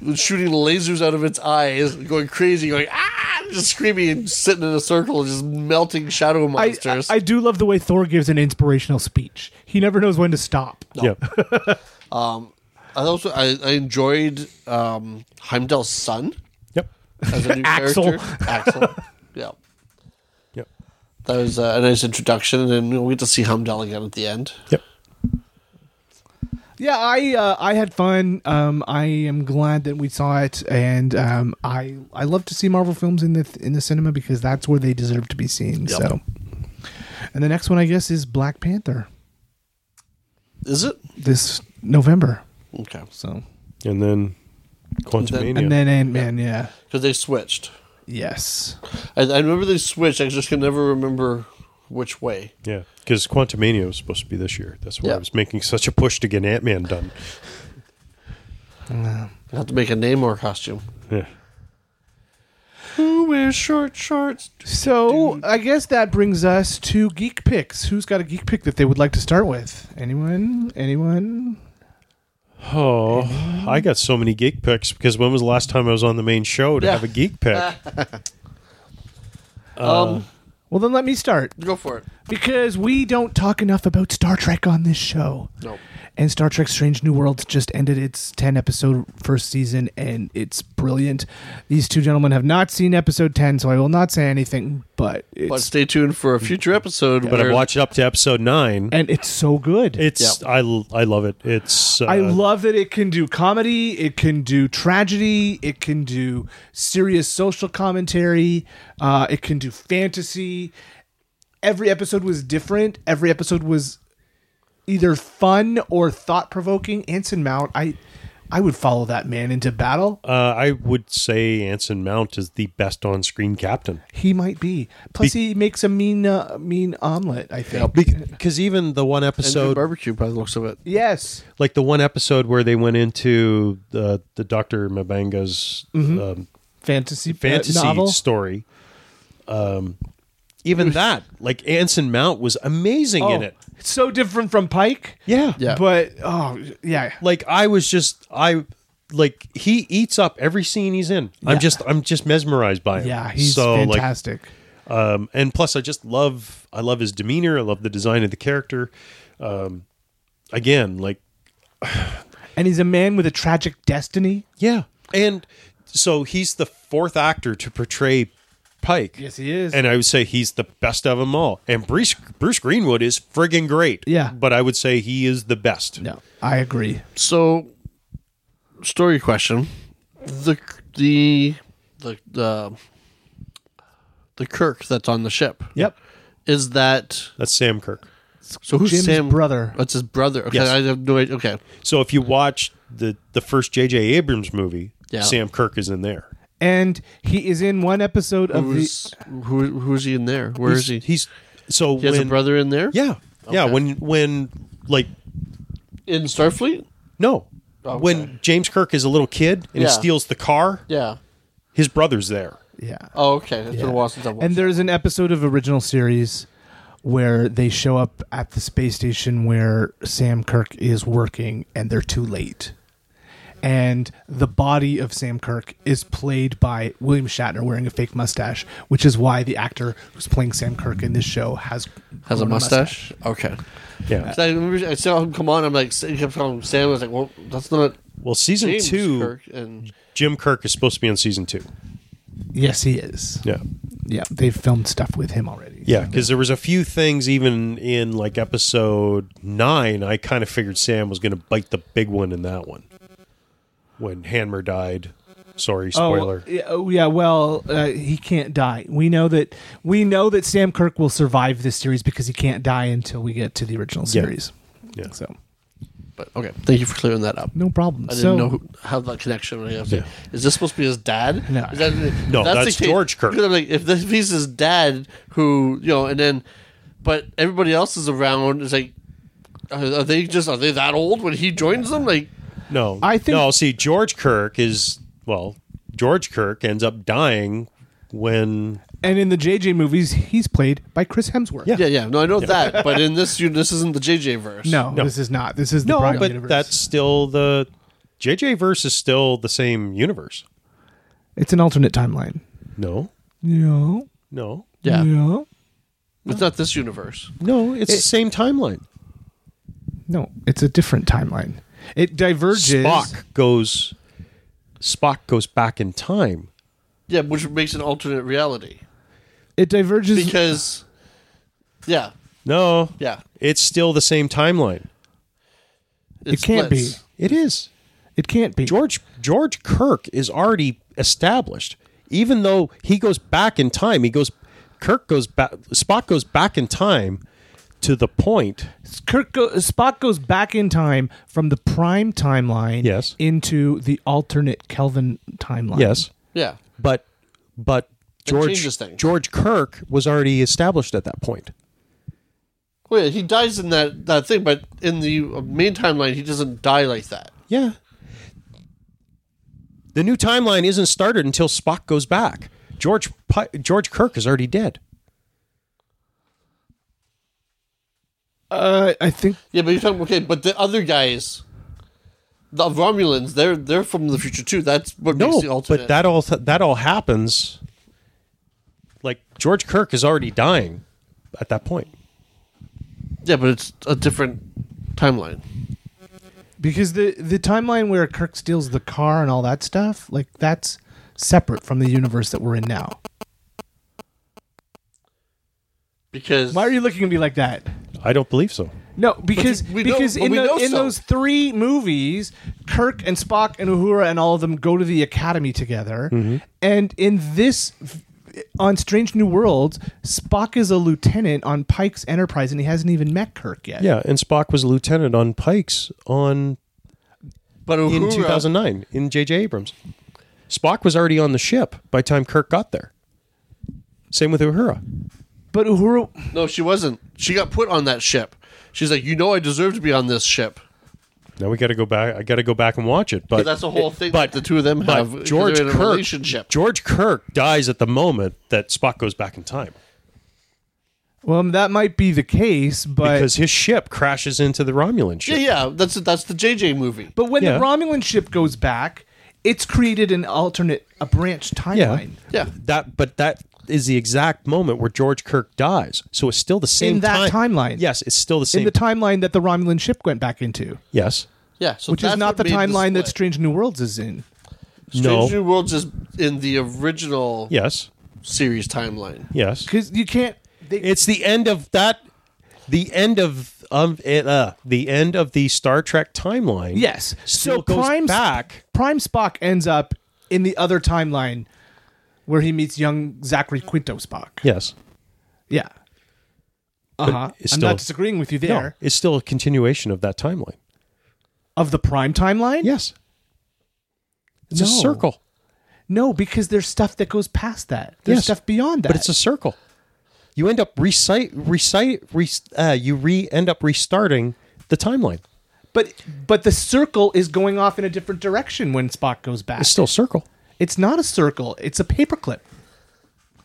[SPEAKER 4] was shooting lasers out of its eyes, going crazy, going ah, and just screaming and sitting in a circle, just melting shadow
[SPEAKER 2] I, I,
[SPEAKER 4] monsters.
[SPEAKER 2] I do love the way Thor gives an inspirational speech. He never knows when to stop.
[SPEAKER 3] yeah,
[SPEAKER 4] Um, I also I, I enjoyed um, Heimdall's son
[SPEAKER 3] yep,
[SPEAKER 4] as a new
[SPEAKER 2] Axel.
[SPEAKER 4] character. Axel, yeah,
[SPEAKER 3] yep,
[SPEAKER 4] that was uh, a nice introduction, and we'll get to see Heimdall again at the end.
[SPEAKER 3] yep.
[SPEAKER 2] Yeah, I uh, I had fun. Um, I am glad that we saw it, and um, I I love to see Marvel films in the in the cinema because that's where they deserve to be seen. So, and the next one I guess is Black Panther
[SPEAKER 4] Is it
[SPEAKER 2] this November.
[SPEAKER 4] okay?
[SPEAKER 2] So
[SPEAKER 3] And then Quantum
[SPEAKER 4] And
[SPEAKER 3] Mania.
[SPEAKER 4] then-
[SPEAKER 2] and then Ant Man, yeah,
[SPEAKER 4] Because they switched.
[SPEAKER 2] yes,
[SPEAKER 4] I, I remember they switched. I just can never remember which way.
[SPEAKER 3] Yeah, because Quantumania was supposed to be this year. That's why
[SPEAKER 4] Yeah.
[SPEAKER 3] I was making such a push to get Ant Man done.
[SPEAKER 4] Have to make a Namor costume.
[SPEAKER 3] Yeah.
[SPEAKER 4] Who wears short shorts?
[SPEAKER 2] So I guess that brings us to geek picks. Who's got a geek pick that they would like to start with? Anyone? Anyone?
[SPEAKER 3] Oh, I got so many geek picks because when was the last time I was on the main show to
[SPEAKER 4] Yeah.
[SPEAKER 3] have a geek pick?
[SPEAKER 4] Um,
[SPEAKER 2] Well, then let me start
[SPEAKER 4] go for it.
[SPEAKER 2] because we don't talk enough about Star Trek on this show.
[SPEAKER 4] No.
[SPEAKER 2] And Star Trek Strange New Worlds just ended its 10 episode first season, and it's brilliant. These two gentlemen have not seen episode 10, so I will not say anything, but it's.
[SPEAKER 4] But stay tuned for a future episode.
[SPEAKER 3] but I've watched up to episode nine.
[SPEAKER 2] and it's so good.
[SPEAKER 3] It's
[SPEAKER 4] Yeah.
[SPEAKER 3] I l I I love it. It's uh,
[SPEAKER 2] I love that it can do comedy, it can do tragedy, it can do serious social commentary, uh, it can do fantasy. Every episode was different. Every episode was either fun or thought provoking. Anson Mount, I, I would follow that man into battle.
[SPEAKER 3] uh, I would say Anson Mount is the best on screen captain
[SPEAKER 2] He might be. Plus, he makes a mean, uh, mean omelet. I think.
[SPEAKER 3] because even the one
[SPEAKER 4] so
[SPEAKER 3] episode,
[SPEAKER 4] barbecue by the looks of it.
[SPEAKER 2] Yes.
[SPEAKER 3] like the one episode where they went into the the Doctor Mabanga's um,
[SPEAKER 2] Fantasy, uh,
[SPEAKER 3] fantasy
[SPEAKER 2] novel.
[SPEAKER 3] story. Um, Even that, like Anson Mount was amazing in
[SPEAKER 2] Oh,
[SPEAKER 3] it.
[SPEAKER 2] It's so different from Pike.
[SPEAKER 3] Yeah.
[SPEAKER 4] Yeah.
[SPEAKER 2] But oh yeah.
[SPEAKER 3] Like I was just I like he eats up every scene he's in. I'm just I'm just mesmerized by him.
[SPEAKER 2] Yeah, he's
[SPEAKER 3] like,
[SPEAKER 2] fantastic.
[SPEAKER 3] um, and plus I just love I love his demeanor. I love the design of the character. Um, again, like
[SPEAKER 2] and he's a man with a tragic destiny.
[SPEAKER 3] yeah, and so he's the fourth actor to portray Pike.
[SPEAKER 2] Yes, he is.
[SPEAKER 3] And I would say he's the best of them all. And Bruce Bruce Greenwood is friggin' great.
[SPEAKER 2] Yeah.
[SPEAKER 3] but I would say he is the best.
[SPEAKER 2] No, I agree.
[SPEAKER 4] So, story question: the the the the, the Kirk that's on the ship
[SPEAKER 2] Yep.
[SPEAKER 4] is that
[SPEAKER 3] That's Sam Kirk.
[SPEAKER 4] so? Who's
[SPEAKER 2] Jim's
[SPEAKER 4] Sam?
[SPEAKER 2] brother.
[SPEAKER 4] That's his brother. Okay,
[SPEAKER 3] Yes.
[SPEAKER 4] I have no idea. Okay,
[SPEAKER 3] So if you watch the the first J.J. Abrams movie,
[SPEAKER 4] Yeah.
[SPEAKER 3] Sam Kirk is in there.
[SPEAKER 2] And he is in one episode of the
[SPEAKER 4] who's who? Who's he in there? Where is he?
[SPEAKER 3] He's, he's so
[SPEAKER 4] He has
[SPEAKER 3] when,
[SPEAKER 4] a brother in there.
[SPEAKER 3] Yeah, yeah.
[SPEAKER 4] Okay.
[SPEAKER 3] When when like
[SPEAKER 4] in Starfleet.
[SPEAKER 3] no,
[SPEAKER 4] Okay.
[SPEAKER 3] when James Kirk is a little kid and he
[SPEAKER 4] Yeah.
[SPEAKER 3] steals the car,
[SPEAKER 4] Yeah.
[SPEAKER 3] his brother's there.
[SPEAKER 2] yeah.
[SPEAKER 4] Oh, okay. It's been a
[SPEAKER 2] Yeah.
[SPEAKER 4] while since I watched.
[SPEAKER 2] And there's an episode of original series where they show up at the space station where Sam Kirk is working and they're too late. And the body of Sam Kirk is played by William Shatner wearing a fake mustache, which is why the actor who's playing Sam Kirk in this show has
[SPEAKER 4] Has a
[SPEAKER 2] grown
[SPEAKER 4] mustache? Okay.
[SPEAKER 3] Yeah.
[SPEAKER 4] 'Cause I remember I saw him come on. I'm like, he kept calling him Sam. I was like, well, that's not
[SPEAKER 3] Well, season
[SPEAKER 4] James
[SPEAKER 3] two,
[SPEAKER 4] Kirk. And
[SPEAKER 3] Jim Kirk is supposed to be on season two.
[SPEAKER 2] Yes, he is.
[SPEAKER 3] Yeah,
[SPEAKER 2] Yeah, they've filmed stuff with him already.
[SPEAKER 3] yeah. Because there was a few things even in like episode nine, I kind of figured Sam was going to bite the big one in that one when Hanmer died. Sorry, spoiler.
[SPEAKER 2] Oh, yeah, oh, yeah well, uh, he can't die. We know that we know that Sam Kirk will survive this series because he can't die until we get to the original
[SPEAKER 3] Yeah.
[SPEAKER 2] series.
[SPEAKER 3] Yeah.
[SPEAKER 2] So,
[SPEAKER 4] but okay, thank you for clearing that up.
[SPEAKER 2] no problem.
[SPEAKER 4] I didn't
[SPEAKER 2] so,
[SPEAKER 4] know who, how that connection. I was like,
[SPEAKER 3] Yeah.
[SPEAKER 4] Is this supposed to be his dad?
[SPEAKER 2] No.
[SPEAKER 4] Is that,
[SPEAKER 3] No,
[SPEAKER 4] the
[SPEAKER 3] that's
[SPEAKER 4] case-
[SPEAKER 3] George Kirk.
[SPEAKER 4] Because I'm like, if, this, if he's his dad, who you know, and then, but everybody else is around. It's like, are, are they just are they that old when he joins them? Like,
[SPEAKER 3] No,
[SPEAKER 2] I think-
[SPEAKER 3] no. See, George Kirk is well. George Kirk ends up dying when
[SPEAKER 2] and in the JJ movies, he's played by Chris Hemsworth.
[SPEAKER 3] Yeah.
[SPEAKER 4] yeah, yeah. No, I know that, but in this, you, this isn't the JJ verse.
[SPEAKER 2] No,
[SPEAKER 3] No.
[SPEAKER 2] this is not. This is the
[SPEAKER 3] no,
[SPEAKER 2] Brian
[SPEAKER 3] but
[SPEAKER 2] universe.
[SPEAKER 3] that's still the JJ verse is still the same universe.
[SPEAKER 2] it's an alternate timeline.
[SPEAKER 3] No,
[SPEAKER 2] No.
[SPEAKER 3] no,
[SPEAKER 4] Yeah.
[SPEAKER 2] No.
[SPEAKER 4] It's not this universe.
[SPEAKER 3] no. It's the same timeline.
[SPEAKER 2] No, it's a different timeline. It diverges.
[SPEAKER 3] Spock goes. Spock goes back in time.
[SPEAKER 4] Yeah, which makes an alternate reality
[SPEAKER 2] It diverges.
[SPEAKER 4] because, yeah,
[SPEAKER 3] No,
[SPEAKER 4] yeah,
[SPEAKER 3] it's still the same timeline.
[SPEAKER 2] it can't be.
[SPEAKER 4] splits.
[SPEAKER 3] It is.
[SPEAKER 2] It can't be.
[SPEAKER 3] George George Kirk is already established. Even though he goes back in time, he goes Kirk goes back Spock goes back in time to the point.
[SPEAKER 2] Kirk go- Spock goes back in time from the prime timeline
[SPEAKER 3] Yes.
[SPEAKER 2] into the alternate Kelvin timeline.
[SPEAKER 3] Yes.
[SPEAKER 4] Yeah,
[SPEAKER 3] But but
[SPEAKER 4] changes
[SPEAKER 3] George
[SPEAKER 4] things.
[SPEAKER 3] George Kirk was already established at that point.
[SPEAKER 4] Well, yeah, he dies in that, that thing, but in the uh, main timeline, he doesn't die like that.
[SPEAKER 3] Yeah. The new timeline isn't started until Spock goes back. George Pi- George Kirk is already dead.
[SPEAKER 2] Uh, I think
[SPEAKER 4] Yeah, but you're talking okay, but the other guys, the Romulans, they're they're from the future too. That's what makes the
[SPEAKER 3] No,
[SPEAKER 4] alternate.
[SPEAKER 3] but that all that all happens. Like George Kirk is already dying at that point.
[SPEAKER 4] yeah, but it's a different timeline.
[SPEAKER 2] because the the timeline where Kirk steals the car and all that stuff, like that's separate from the universe that we're in now.
[SPEAKER 4] Because
[SPEAKER 2] Why are you looking at me like that?
[SPEAKER 3] I don't believe so.
[SPEAKER 2] No, because
[SPEAKER 4] we know-
[SPEAKER 2] because
[SPEAKER 4] but
[SPEAKER 2] in,
[SPEAKER 4] we
[SPEAKER 2] the-
[SPEAKER 4] know
[SPEAKER 2] in
[SPEAKER 4] so.
[SPEAKER 2] those three movies, Kirk and Spock and Uhura and all of them go to the academy together,
[SPEAKER 4] Mm-hmm.
[SPEAKER 2] and in this. On Strange New Worlds, Spock is a lieutenant on Pike's Enterprise, and he hasn't even met Kirk yet.
[SPEAKER 3] Yeah, and Spock was a lieutenant on Pikes on
[SPEAKER 4] but Uhura,
[SPEAKER 3] in 2009 in J.J. Abrams. Spock was already on the ship by the time Kirk got there. Same with Uhura.
[SPEAKER 2] But Uhura,
[SPEAKER 4] no, she wasn't. She got put on that ship. She's like, you know, I deserve to be on this ship.
[SPEAKER 3] Now we got to go back. I got to go back and watch it. But
[SPEAKER 4] But that's the whole thing.
[SPEAKER 3] but-
[SPEAKER 4] But the two of them have
[SPEAKER 3] But George
[SPEAKER 4] they're in a
[SPEAKER 3] Kirk,
[SPEAKER 4] relationship.
[SPEAKER 3] George Kirk dies at the moment that Spock goes back in time.
[SPEAKER 2] Well, that might be the case, but
[SPEAKER 3] because his ship crashes into the Romulan
[SPEAKER 4] Yeah,
[SPEAKER 3] ship.
[SPEAKER 4] yeah, that's that's the JJ movie.
[SPEAKER 2] but when
[SPEAKER 3] Yeah.
[SPEAKER 2] the Romulan ship goes back, it's created an alternate, a branch timeline.
[SPEAKER 4] Yeah,
[SPEAKER 3] That, but that is the exact moment where George Kirk dies. So it's still the same
[SPEAKER 2] that
[SPEAKER 3] time-
[SPEAKER 2] timeline.
[SPEAKER 3] Yes, it's still the
[SPEAKER 2] In
[SPEAKER 3] same.
[SPEAKER 2] the timeline that the Romulan ship went back into,
[SPEAKER 3] yes.
[SPEAKER 4] yeah. So
[SPEAKER 2] which is
[SPEAKER 4] that's
[SPEAKER 2] not
[SPEAKER 4] what
[SPEAKER 2] the
[SPEAKER 4] made
[SPEAKER 2] timeline that
[SPEAKER 4] split.
[SPEAKER 2] Strange New Worlds is in.
[SPEAKER 3] no.
[SPEAKER 4] Strange New Worlds is in the original
[SPEAKER 3] Yes.
[SPEAKER 4] series timeline.
[SPEAKER 3] Yes.
[SPEAKER 2] Because you can't. They,
[SPEAKER 3] It's the end of that. The end of of it. Uh, the end of the Star Trek timeline.
[SPEAKER 2] yes.
[SPEAKER 3] Still
[SPEAKER 2] So
[SPEAKER 3] goes
[SPEAKER 2] Prime
[SPEAKER 3] back.
[SPEAKER 2] Prime Spock ends up in the other timeline where he meets young Zachary Quinto Spock.
[SPEAKER 3] Yes.
[SPEAKER 2] Yeah. Uh huh.
[SPEAKER 3] it's
[SPEAKER 2] I'm
[SPEAKER 3] still-
[SPEAKER 2] not disagreeing with you there.
[SPEAKER 3] No, it's still a continuation of that timeline.
[SPEAKER 2] Of the Prime timeline?
[SPEAKER 3] Yes. It's a
[SPEAKER 2] No.
[SPEAKER 3] circle,
[SPEAKER 2] No, because there's stuff that goes past that. There's
[SPEAKER 3] Yes.
[SPEAKER 2] stuff beyond that.
[SPEAKER 3] but it's a circle. You end up recite recite re, uh, you re end up restarting the timeline.
[SPEAKER 2] but but the circle is going off in a different direction when Spock goes back.
[SPEAKER 3] It's still a circle.
[SPEAKER 2] It's not a circle. It's a paperclip.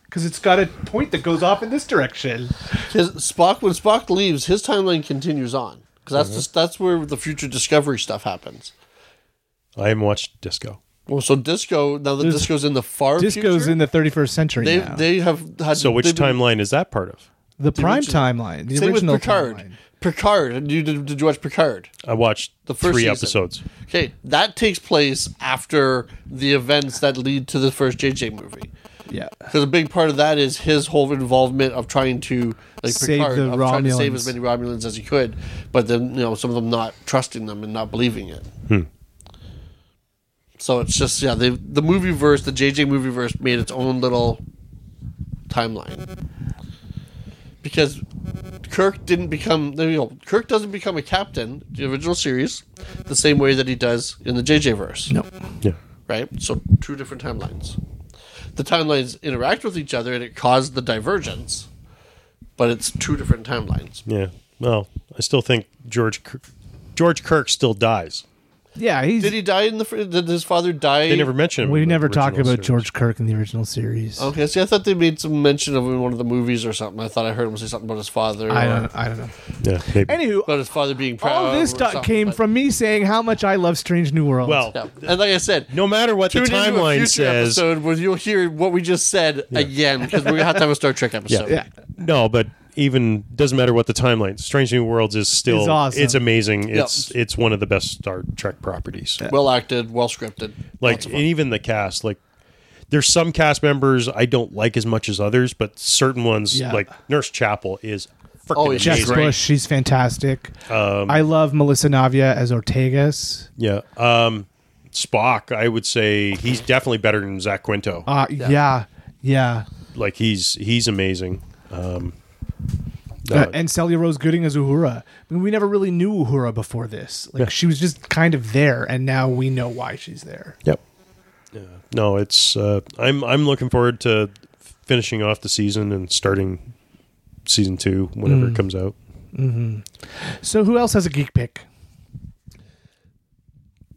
[SPEAKER 2] Because it's got a point that goes off in this direction.
[SPEAKER 4] His, Spock when Spock leaves, his timeline continues on because
[SPEAKER 3] Mm-hmm.
[SPEAKER 4] that's the, that's where the future Discovery stuff happens.
[SPEAKER 3] I haven't watched Disco.
[SPEAKER 4] Well, so Disco now that Disco's in the far
[SPEAKER 2] Disco's
[SPEAKER 4] future,
[SPEAKER 2] in the 31st century
[SPEAKER 4] they
[SPEAKER 2] now.
[SPEAKER 4] they have had
[SPEAKER 3] So which
[SPEAKER 4] they've been-
[SPEAKER 3] timeline is that part of?
[SPEAKER 2] the prime
[SPEAKER 4] original-
[SPEAKER 2] timeline. The
[SPEAKER 4] Same with
[SPEAKER 2] original
[SPEAKER 4] Picard.
[SPEAKER 2] timeline.
[SPEAKER 4] Picard, you did, did you watch Picard?
[SPEAKER 3] I watched
[SPEAKER 4] The first
[SPEAKER 3] three
[SPEAKER 4] season.
[SPEAKER 3] episodes.
[SPEAKER 4] Okay, that takes place after the events that lead to the first JJ movie.
[SPEAKER 2] Yeah.
[SPEAKER 4] Because a big part of that is his whole involvement of trying to like
[SPEAKER 2] Save
[SPEAKER 4] Picard,
[SPEAKER 2] the
[SPEAKER 4] of trying to save
[SPEAKER 2] Romulans.
[SPEAKER 4] as many Romulans as he could, but then you know some of them not trusting them and not believing it. So it's just yeah, they, the movie verse, the JJ movie verse, made its own little timeline because Kirk didn't become you know Kirk doesn't become a captain the original series the same way that he does in the JJ verse
[SPEAKER 2] No.
[SPEAKER 3] Yeah.
[SPEAKER 4] right? So two different timelines. The timelines interact with each other, and it caused the divergence, but it's two different timelines.
[SPEAKER 3] Yeah. Well, I still think George Kirk, George Kirk still dies.
[SPEAKER 2] Yeah, he's,
[SPEAKER 4] Did he die in the? fr- Did his father die?
[SPEAKER 3] They never mention him.
[SPEAKER 2] we
[SPEAKER 3] in the
[SPEAKER 2] never talk
[SPEAKER 3] original
[SPEAKER 2] about
[SPEAKER 3] series.
[SPEAKER 2] George Kirk in the original series.
[SPEAKER 4] Okay, see, I thought they made some mention of him in one of the movies or something. I thought I heard him say something about his father,
[SPEAKER 2] I
[SPEAKER 4] or
[SPEAKER 2] don't, I don't know.
[SPEAKER 3] Yeah. maybe.
[SPEAKER 4] about
[SPEAKER 2] Anywho,
[SPEAKER 4] his father being proud.
[SPEAKER 2] all this
[SPEAKER 4] or
[SPEAKER 2] stuff
[SPEAKER 4] something,
[SPEAKER 2] came
[SPEAKER 4] but-
[SPEAKER 2] from me saying how much I love Strange New Worlds.
[SPEAKER 3] Well,
[SPEAKER 4] Yeah. And like I said,
[SPEAKER 3] no matter what the
[SPEAKER 4] tune into a
[SPEAKER 3] timeline
[SPEAKER 4] future
[SPEAKER 3] says,
[SPEAKER 4] episode where you'll hear what we just said again because we're gonna have to have a Star Trek episode.
[SPEAKER 2] yeah,
[SPEAKER 3] No, but even doesn't matter what the timeline. Strange New Worlds is still
[SPEAKER 2] It's awesome.
[SPEAKER 3] it's amazing. It's it's one of the best Star Trek properties.
[SPEAKER 4] Well acted, well scripted.
[SPEAKER 3] Like and even the cast, like there's some cast members I don't like as much as others, but certain ones
[SPEAKER 2] Yeah.
[SPEAKER 3] like Nurse Chapel is freaking
[SPEAKER 4] Oh, yeah.
[SPEAKER 3] amazing.
[SPEAKER 2] Jess
[SPEAKER 4] She's great.
[SPEAKER 2] Bush, she's fantastic.
[SPEAKER 4] Um,
[SPEAKER 2] I love Melissa Navia as Ortegas.
[SPEAKER 3] Yeah. Um Spock, I would say he's definitely better than Zach Quinto.
[SPEAKER 2] Uh, yeah, yeah.
[SPEAKER 3] like he's he's amazing. Um
[SPEAKER 2] Uh,
[SPEAKER 3] uh,
[SPEAKER 2] and Celia Rose Gooding as Uhura. I mean, we never really knew Uhura before this. Like she was just kind of there, and now we know why she's there.
[SPEAKER 3] Yep. Yeah. No, it's uh, I'm I'm looking forward to finishing off the season and starting season two whenever
[SPEAKER 2] Mm.
[SPEAKER 3] it comes out.
[SPEAKER 2] So who else has a geek pick?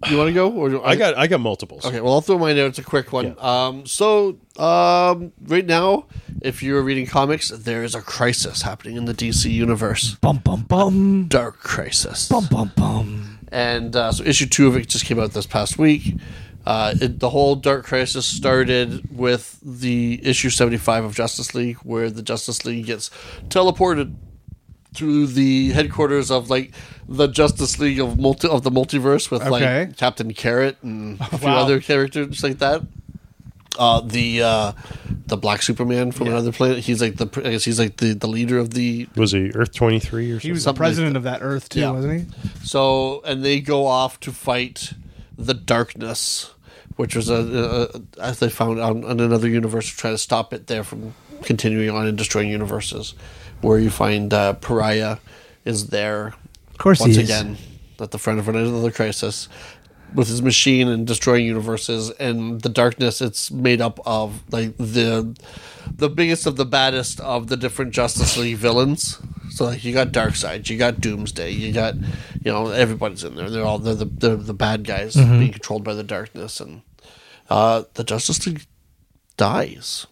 [SPEAKER 4] you want to go? Or do
[SPEAKER 3] I got I got multiples.
[SPEAKER 4] Okay, well, I'll throw mine out. It's a quick one. Um, so, um, right now, if you're reading comics, there is a crisis happening in the DC universe.
[SPEAKER 2] Bum bum bum
[SPEAKER 4] Dark Crisis.
[SPEAKER 2] bum Oh, bum bum.
[SPEAKER 4] And uh, so, issue two of it just came out this past week. Uh, it, the whole Dark Crisis started with the issue 75 of Justice League, where the Justice League gets teleported to the headquarters of like the Justice League of multi of the multiverse with
[SPEAKER 2] Okay.
[SPEAKER 4] like Captain Carrot and a few
[SPEAKER 2] Wow.
[SPEAKER 4] other characters like that. Uh, the uh, the Black Superman from another planet. He's like the pr- I guess he's like the, the leader of the
[SPEAKER 3] Was he Earth twenty three or
[SPEAKER 2] He
[SPEAKER 3] something?
[SPEAKER 2] was
[SPEAKER 4] Something
[SPEAKER 2] the
[SPEAKER 4] like
[SPEAKER 2] president of that Earth too,
[SPEAKER 4] Yeah.
[SPEAKER 2] wasn't he?
[SPEAKER 4] So, and they go off to fight the darkness, which was a, a, a as they found on, on another universe to try to stop it there from continuing on and destroying universes, where you find uh, Pariah is there. Of
[SPEAKER 2] course he
[SPEAKER 4] once
[SPEAKER 2] is.
[SPEAKER 4] again at the front of another crisis with his machine and destroying universes and the darkness it's made up of like the the biggest of the baddest of the different justice league villains so like you got dark side you got doomsday you got you know everybody's in there they're all they're the, they're the bad guys being controlled by the darkness and uh the justice league dies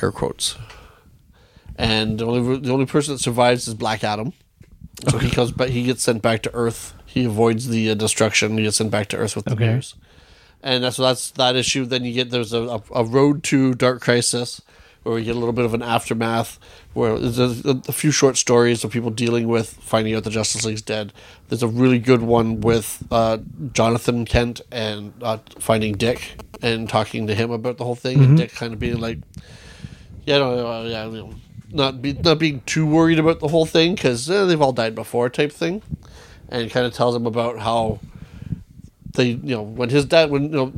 [SPEAKER 4] air quotes and the only the only person that survives is Black Adam. So he comes back. He gets sent back to Earth. He avoids the uh, destruction. He gets sent back to Earth with the
[SPEAKER 2] Okay.
[SPEAKER 4] news. And that's so that's that issue. Then you get there's a, a, a road to Dark Crisis, where we get a little bit of an aftermath, where there's a, a few short stories of people dealing with finding out the Justice League's dead. There's a really good one with uh, Jonathan Kent and uh, finding Dick and talking to him about the whole thing, and Dick kind of being like, yeah, no, no, uh, yeah, you know, not be, not being too worried about the whole thing because eh, they've all died before, type thing, and kind of tells him about how they, you know, when his dad, when you know,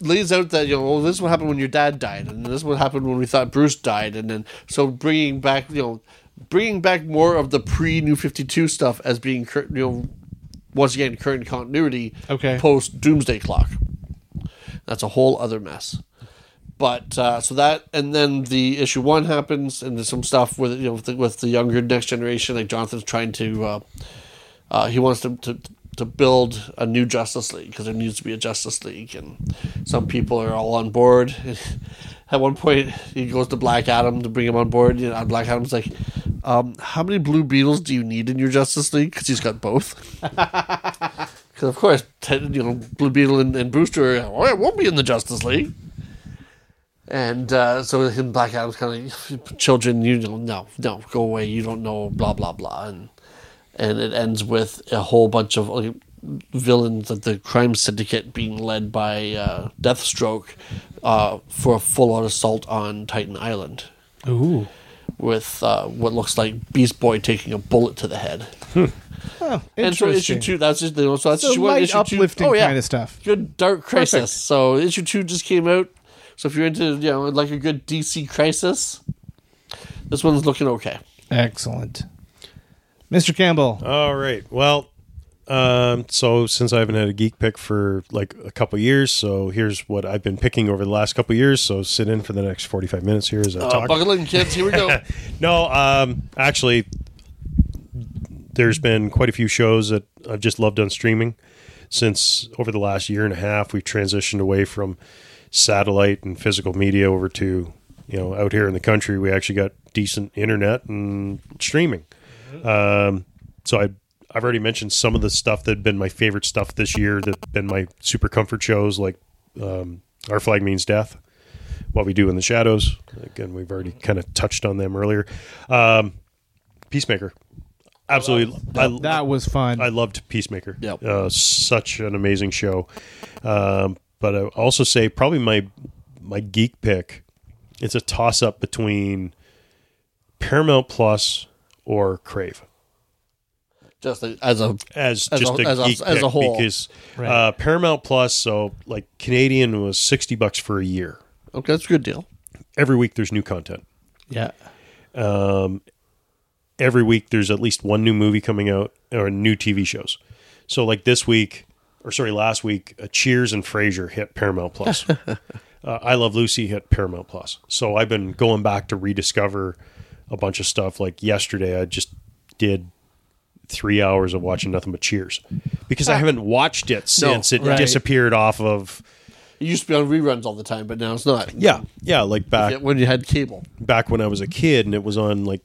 [SPEAKER 4] lays out that you know, well, this is what happened when your dad died, and this is what happened when we thought Bruce died, and then so bringing back, you know, bringing back more of the pre New Fifty Two stuff as being, cur- you know, once again current continuity,
[SPEAKER 2] Okay.
[SPEAKER 4] post Doomsday Clock. That's a whole other mess. But uh, so that, and then the issue one happens, and there's some stuff with you know with the, with the younger next generation. Like Jonathan's trying to, uh, uh, he wants to, to to build a new Justice League because there needs to be a Justice League, and some people are all on board. At one point, he goes to Black Adam to bring him on board. You know, and uh, Black Adam's like, um, "How many Blue Beetles do you need in your Justice League?" Because he's got both. Because of course, Ted, you know, Blue Beetle and, and Booster are, "Oh, I won't be in the Justice League. And uh, so him, Black Adam's kind of children. You know, no, no, go away. You don't know. Blah blah blah. And and it ends with a whole bunch of like, villains of the crime syndicate being led by uh, Deathstroke uh, for a full-on assault on Titan Island
[SPEAKER 2] Ooh.
[SPEAKER 4] with uh, what looks like Beast Boy taking a bullet to the head.
[SPEAKER 2] Oh,
[SPEAKER 4] And so issue
[SPEAKER 2] interesting.
[SPEAKER 4] two, that's just you know, so that's
[SPEAKER 2] So
[SPEAKER 4] issue one,
[SPEAKER 2] light
[SPEAKER 4] issue
[SPEAKER 2] uplifting
[SPEAKER 4] two, oh, yeah.
[SPEAKER 2] kind of stuff.
[SPEAKER 4] Good dark crisis.
[SPEAKER 2] Perfect.
[SPEAKER 4] So issue two just came out. So if you're into you know like a good DC crisis, this one's looking okay.
[SPEAKER 2] Excellent. Mr. Campbell.
[SPEAKER 3] All right. Well, um, so since I haven't had a geek pick for like a couple years, so here's what I've been picking over the last couple years. So sit in for the next 45 minutes here as I
[SPEAKER 4] Uh,
[SPEAKER 3] talk.
[SPEAKER 4] buckle in, kids. Here we go.
[SPEAKER 3] No, um, actually, there's been quite a few shows that I've just loved on streaming since over the last year and a half. We've transitioned away from satellite and physical media over to, you know, out here in the country, we actually got decent internet and streaming. Um, so I, I've already mentioned some of the stuff that had been my favorite stuff this year that been my super comfort shows like um, Our Flag Means Death what we do in the shadows. Again, we've already kind of touched on them earlier. Um, Peacemaker, absolutely. I,
[SPEAKER 2] That was fun.
[SPEAKER 3] I loved Peacemaker.
[SPEAKER 4] Yep.
[SPEAKER 3] Uh, such an amazing show. Um, but I also say probably my my geek pick. It's a toss up between Paramount Plus or Crave
[SPEAKER 4] Just a, as a
[SPEAKER 3] as,
[SPEAKER 4] As
[SPEAKER 3] just
[SPEAKER 4] a-
[SPEAKER 3] a,
[SPEAKER 4] as a-
[SPEAKER 3] geek
[SPEAKER 4] as
[SPEAKER 3] pick
[SPEAKER 4] a whole.
[SPEAKER 3] because
[SPEAKER 2] Right.
[SPEAKER 3] uh, Paramount Plus. So like Canadian was sixty bucks for a year.
[SPEAKER 4] okay, that's a good deal.
[SPEAKER 3] Every week there's new content.
[SPEAKER 2] yeah.
[SPEAKER 3] every week there's at least one new movie coming out or new TV shows. So like this week, or sorry, last week, uh, Cheers and Frasier hit Paramount Plus. uh, I Love Lucy hit Paramount Plus. So I've been going back to rediscover a bunch of stuff. Like yesterday, I just did three hours of watching nothing but Cheers because I haven't watched it since it
[SPEAKER 2] right.
[SPEAKER 3] disappeared off of.
[SPEAKER 4] It used to be on reruns all the time, but now it's not.
[SPEAKER 3] Yeah, yeah, like back
[SPEAKER 4] Yeah, when you had cable.
[SPEAKER 3] back when I was a kid and it was on like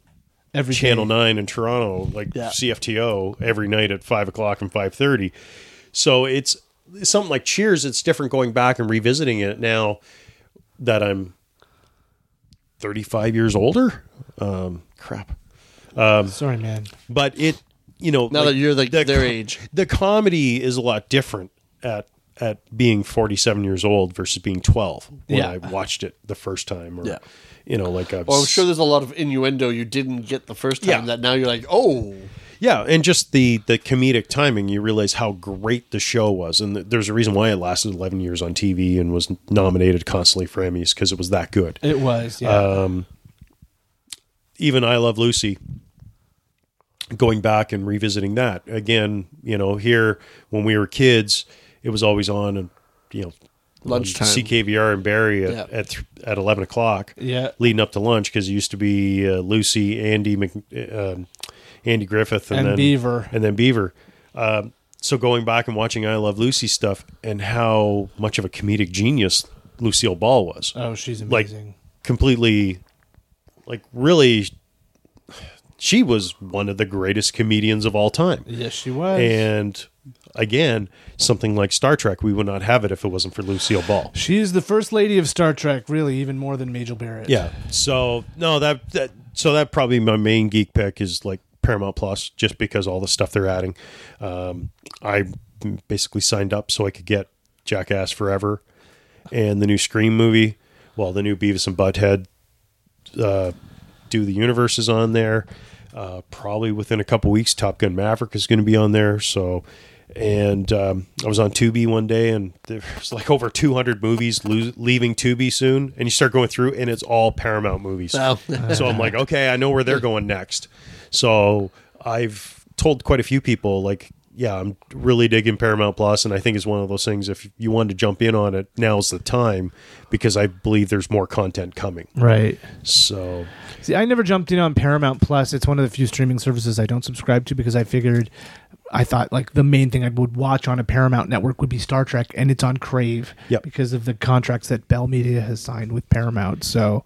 [SPEAKER 2] Every
[SPEAKER 3] Channel Nine in Toronto, like
[SPEAKER 4] Yeah.
[SPEAKER 3] CFTO, every night at five o'clock and five thirty. So it's something like Cheers. It's different going back and revisiting it now that I'm thirty five years older. Um, crap,
[SPEAKER 2] Sorry, man.
[SPEAKER 3] but it you know
[SPEAKER 4] Now that you're, like, their
[SPEAKER 3] co-
[SPEAKER 4] age.
[SPEAKER 3] the comedy is a lot different at at being 47 years old versus being 12 when
[SPEAKER 2] Yeah.
[SPEAKER 3] I watched it the first time or
[SPEAKER 4] Yeah.
[SPEAKER 3] you know like I've
[SPEAKER 4] Well, I'm sure
[SPEAKER 3] s-
[SPEAKER 4] there's a lot of innuendo you didn't get the first time
[SPEAKER 3] Yeah.
[SPEAKER 4] that now you're like, oh,
[SPEAKER 3] Yeah, and just the the comedic timing, you realize how great the show was, and th- there's a reason why it lasted 11 years on TV and was nominated constantly for Emmys because it was that good.
[SPEAKER 2] It was, yeah.
[SPEAKER 4] Uh,
[SPEAKER 3] Even I Love Lucy, going back and revisiting that again, you know, here when we were kids, it was always on, and you know, on
[SPEAKER 4] Lunchtime.
[SPEAKER 3] CKVR and Barry at
[SPEAKER 4] Yeah.
[SPEAKER 3] at, th- at 11 o'clock,
[SPEAKER 2] Yeah.
[SPEAKER 3] leading up to lunch because it used to be uh, Lucy, Andy, Mc, uh, Andy Griffith, and,
[SPEAKER 2] And
[SPEAKER 3] then
[SPEAKER 2] Beaver.
[SPEAKER 3] and then Beaver. Um, so going back and watching I Love Lucy stuff and how much of a comedic genius Lucille Ball was,
[SPEAKER 2] oh, she's
[SPEAKER 3] like
[SPEAKER 2] amazing.
[SPEAKER 3] completely, like really she was one of the greatest comedians of all time.
[SPEAKER 2] Yes, she was.
[SPEAKER 3] And again, something like Star Trek, we would not have it if it wasn't for Lucille Ball.
[SPEAKER 2] She's the first lady of Star Trek, really, even more than Majel Barrett.
[SPEAKER 3] Yeah. So no, that, that so that probably my main geek pick is like Paramount Plus, just because all the stuff they're adding. Um, I basically signed up so I could get Jackass Forever and the new Scream movie. Well, the new Beavis and Butthead uh, do the universe is on there. Uh, probably within a couple weeks, Top Gun Maverick is going to be on there. So, and um, I was on Tubi one day, and there's like over 200 movies lo- leaving Tubi soon. And you start going through, and it's all Paramount movies.
[SPEAKER 4] Oh.
[SPEAKER 3] so I'm like, okay, I know where they're going next. So I've told quite a few people, like, yeah, I'm really digging Paramount Plus, and I think it's one of those things. If you want to jump in on it, now's the time because I believe there's more content coming.
[SPEAKER 2] Right.
[SPEAKER 3] So
[SPEAKER 2] See, I never jumped in on Paramount Plus. It's one of the few streaming services I don't subscribe to because I figured I thought like the main thing I would watch on a Paramount network would be Star Trek and it's on Crave
[SPEAKER 3] Yep.
[SPEAKER 2] because of the contracts that Bell Media has signed with Paramount. So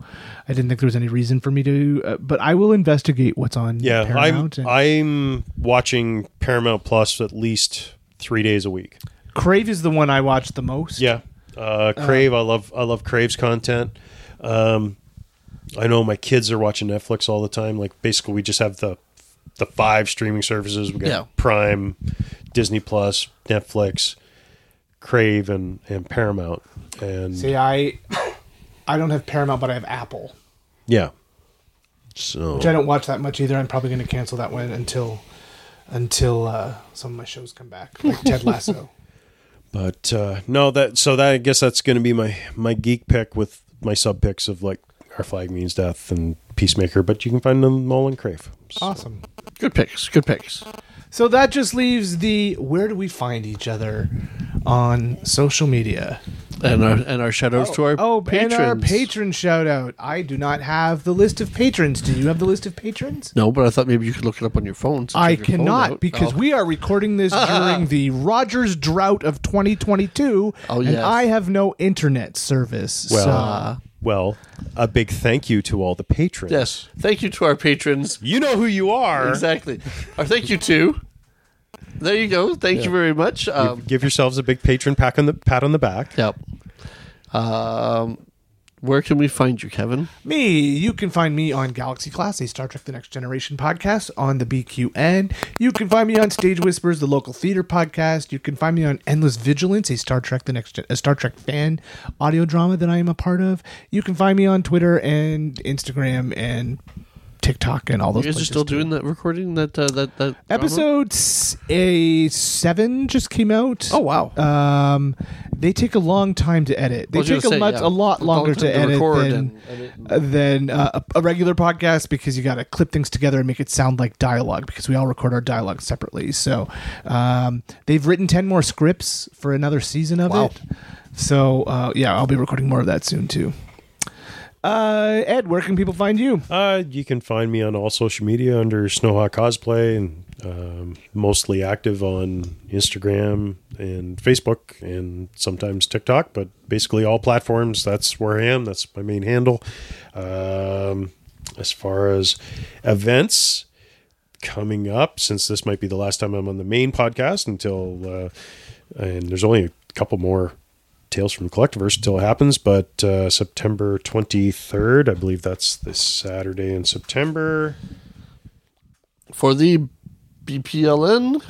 [SPEAKER 2] I didn't think there was any reason for me to uh, but I will investigate what's on
[SPEAKER 3] Yeah,
[SPEAKER 2] Paramount
[SPEAKER 3] I'm
[SPEAKER 2] and-
[SPEAKER 3] I'm watching Paramount Plus at least three days a week.
[SPEAKER 2] Crave is the one I watch the most.
[SPEAKER 3] Yeah, uh, Crave. I love I love Crave's content. Um, I know my kids are watching Netflix all the time. Like basically, we just have the the five streaming services. We got
[SPEAKER 4] Yeah.
[SPEAKER 3] Prime, Disney Plus, Netflix, Crave, and and Paramount. And
[SPEAKER 2] See, I I don't have Paramount but I have Apple.
[SPEAKER 3] yeah, so
[SPEAKER 2] which I don't watch that much either. I'm probably going to cancel that one until until uh, some of my shows come back, like Ted Lasso.
[SPEAKER 3] But uh, no, that so that I guess that's going to be my my geek pick with my sub picks of like Our Flag Means Death and Peacemaker. But you can find them all in Crave.
[SPEAKER 2] awesome.
[SPEAKER 4] Good picks. Good picks.
[SPEAKER 2] So that just leaves the where do we find each other on social media?
[SPEAKER 4] And our and our shout outs to our
[SPEAKER 2] Oh,
[SPEAKER 4] patrons.
[SPEAKER 2] and our patron shout out. I do not have the list of patrons. Do you have the list of patrons?
[SPEAKER 4] No, but I thought maybe you could look it up on your phone. since you
[SPEAKER 2] I
[SPEAKER 4] have your phone
[SPEAKER 2] cannot
[SPEAKER 4] out.
[SPEAKER 2] because
[SPEAKER 4] Oh.
[SPEAKER 2] we are recording this during the Rogers drought of 2022,
[SPEAKER 4] Oh,
[SPEAKER 2] and
[SPEAKER 4] yes.
[SPEAKER 2] I have no internet service.
[SPEAKER 3] Well,
[SPEAKER 2] so. uh,
[SPEAKER 3] well, a big thank you to all the patrons.
[SPEAKER 4] Yes. Thank you to our patrons.
[SPEAKER 3] you know who you are.
[SPEAKER 4] Exactly. Our thank you to. There you go. Thank you very much. Um,
[SPEAKER 3] Give yourselves a big patron pat on the pat on the back.
[SPEAKER 4] yep. Um, where can we find you, Kevin?
[SPEAKER 2] Me, you can find me on Galaxy Class, a Star Trek The Next Generation podcast on the BQN. You can find me on Stage Whispers, the local theater podcast. You can find me on Endless Vigilance, a Star Trek The Next Gen- a Star Trek fan audio drama that I am a part of. You can find me on Twitter and Instagram and TikTok and all those
[SPEAKER 4] You guys are
[SPEAKER 2] places
[SPEAKER 4] still
[SPEAKER 2] too.
[SPEAKER 4] doing that recording? That uh, that that drama?
[SPEAKER 2] Uh-huh. Episode s- a seven just came out.
[SPEAKER 4] Oh wow.
[SPEAKER 2] Um, they take a long time to edit. They
[SPEAKER 4] was gonna
[SPEAKER 2] take a,
[SPEAKER 4] say,
[SPEAKER 2] much,
[SPEAKER 4] yeah.
[SPEAKER 2] a lot
[SPEAKER 4] A long
[SPEAKER 2] longer
[SPEAKER 4] time
[SPEAKER 2] to
[SPEAKER 4] to
[SPEAKER 2] edit
[SPEAKER 4] record
[SPEAKER 2] than,
[SPEAKER 4] and edit.
[SPEAKER 2] uh, than uh, a, a regular podcast because you got to clip things together and make it sound like dialogue because we all record our dialogue separately. So um, they've written 10 more scripts for another season of
[SPEAKER 4] Wow.
[SPEAKER 2] it. So uh, yeah, I'll be recording more of that soon too. Uh, Ed, where can people find you?
[SPEAKER 3] Uh, you can find me on all social media under Snowhawk Cosplay and um, mostly active on Instagram and Facebook and sometimes TikTok, but basically all platforms. That's where I am. That's my main handle. Um, as far as events coming up, since this might be the last time I'm on the main podcast until, uh, and there's only a couple more Tales from Collectiverse until it happens, but uh, September 23rd, I believe that's this Saturday in September.
[SPEAKER 4] for the BPLN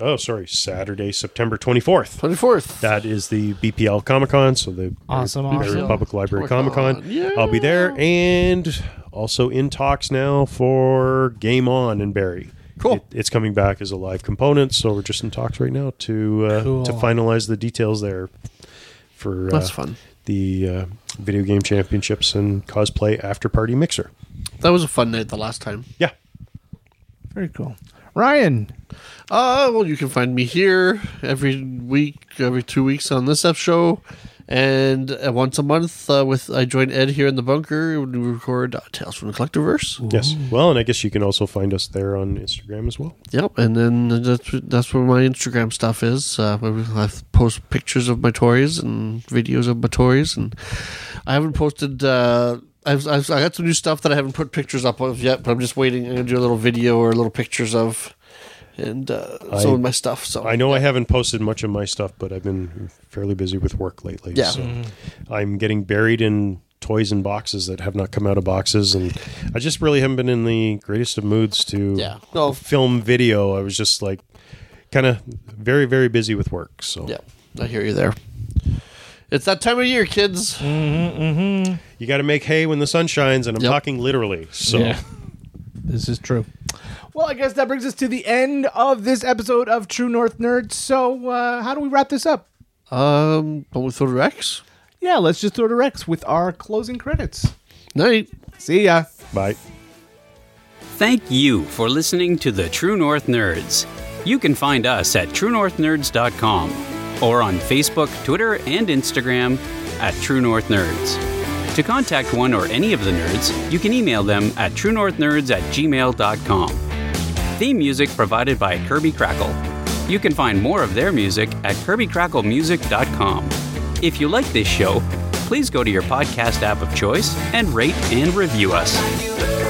[SPEAKER 3] Oh, sorry, Saturday, September 24th.
[SPEAKER 4] twenty fourth.
[SPEAKER 2] uh,
[SPEAKER 3] That is the BPL Comic Con, so the
[SPEAKER 2] Awesome,
[SPEAKER 3] Barrie
[SPEAKER 2] awesome.
[SPEAKER 3] Public Library Comic
[SPEAKER 4] Comic-Con,
[SPEAKER 3] Con.
[SPEAKER 4] yeah.
[SPEAKER 3] I'll be there, and also in talks now for Game On in Barry.
[SPEAKER 4] Cool.
[SPEAKER 3] It- it's coming back as a live component, so we're just in talks right now to uh,
[SPEAKER 2] Cool.
[SPEAKER 3] to finalize the details there for uh,
[SPEAKER 4] That's fun.
[SPEAKER 3] the uh, video game championships and cosplay after party mixer.
[SPEAKER 4] That was a fun night the last time.
[SPEAKER 3] Yeah.
[SPEAKER 2] Very cool. Ryan,
[SPEAKER 4] Uh, well, you can find me here every week, every two weeks on this F show, and uh, once a month uh, with I join Ed here in the bunker. We record uh, Tales from the Collectiverse.
[SPEAKER 3] Yes. Well, and I guess you can also find us there on Instagram as well.
[SPEAKER 4] Yep, and then that's that's where my Instagram stuff is. Uh, where I post pictures of my toys and videos of my toys, and I haven't posted. Uh, I've, I've I got some new stuff that I haven't put pictures up of yet, but I'm just waiting. I'm gonna do a little video or little pictures of, and uh, some
[SPEAKER 3] I-
[SPEAKER 4] of my stuff. So
[SPEAKER 3] I know I haven't posted much of my stuff, but I've been fairly busy with work lately.
[SPEAKER 4] Yeah.
[SPEAKER 3] So I'm getting buried in toys and boxes that have not come out of boxes. And I just really haven't been in the greatest of moods to
[SPEAKER 4] Yeah. No.
[SPEAKER 3] film video. I was just like kind of very, very busy with work. So
[SPEAKER 4] yeah, I hear you there. It's that time of year, kids.
[SPEAKER 3] Mm. you got to make hay when the sun shines. And I'm
[SPEAKER 4] Yep.
[SPEAKER 3] talking literally. So
[SPEAKER 2] This is true. Well, I guess that brings us to the end of this episode of True North Nerds. So, uh, how do we wrap this up?
[SPEAKER 4] Um, but with Thor Rex,
[SPEAKER 2] Yeah, let's just throw to Rex with our closing credits.
[SPEAKER 4] night.
[SPEAKER 2] See ya.
[SPEAKER 3] bye.
[SPEAKER 5] Thank you for listening to the True North Nerds. You can find us at truenorthnerds.com or on Facebook, Twitter, and Instagram at True North Nerds. To contact one or any of the nerds, you can email them at truenorthnerds at gmail.com. Theme music provided by Kirby Crackle. You can find more of their music at kirbycracklemusic.com. If you like this show, please go to your podcast app of choice and rate and review us.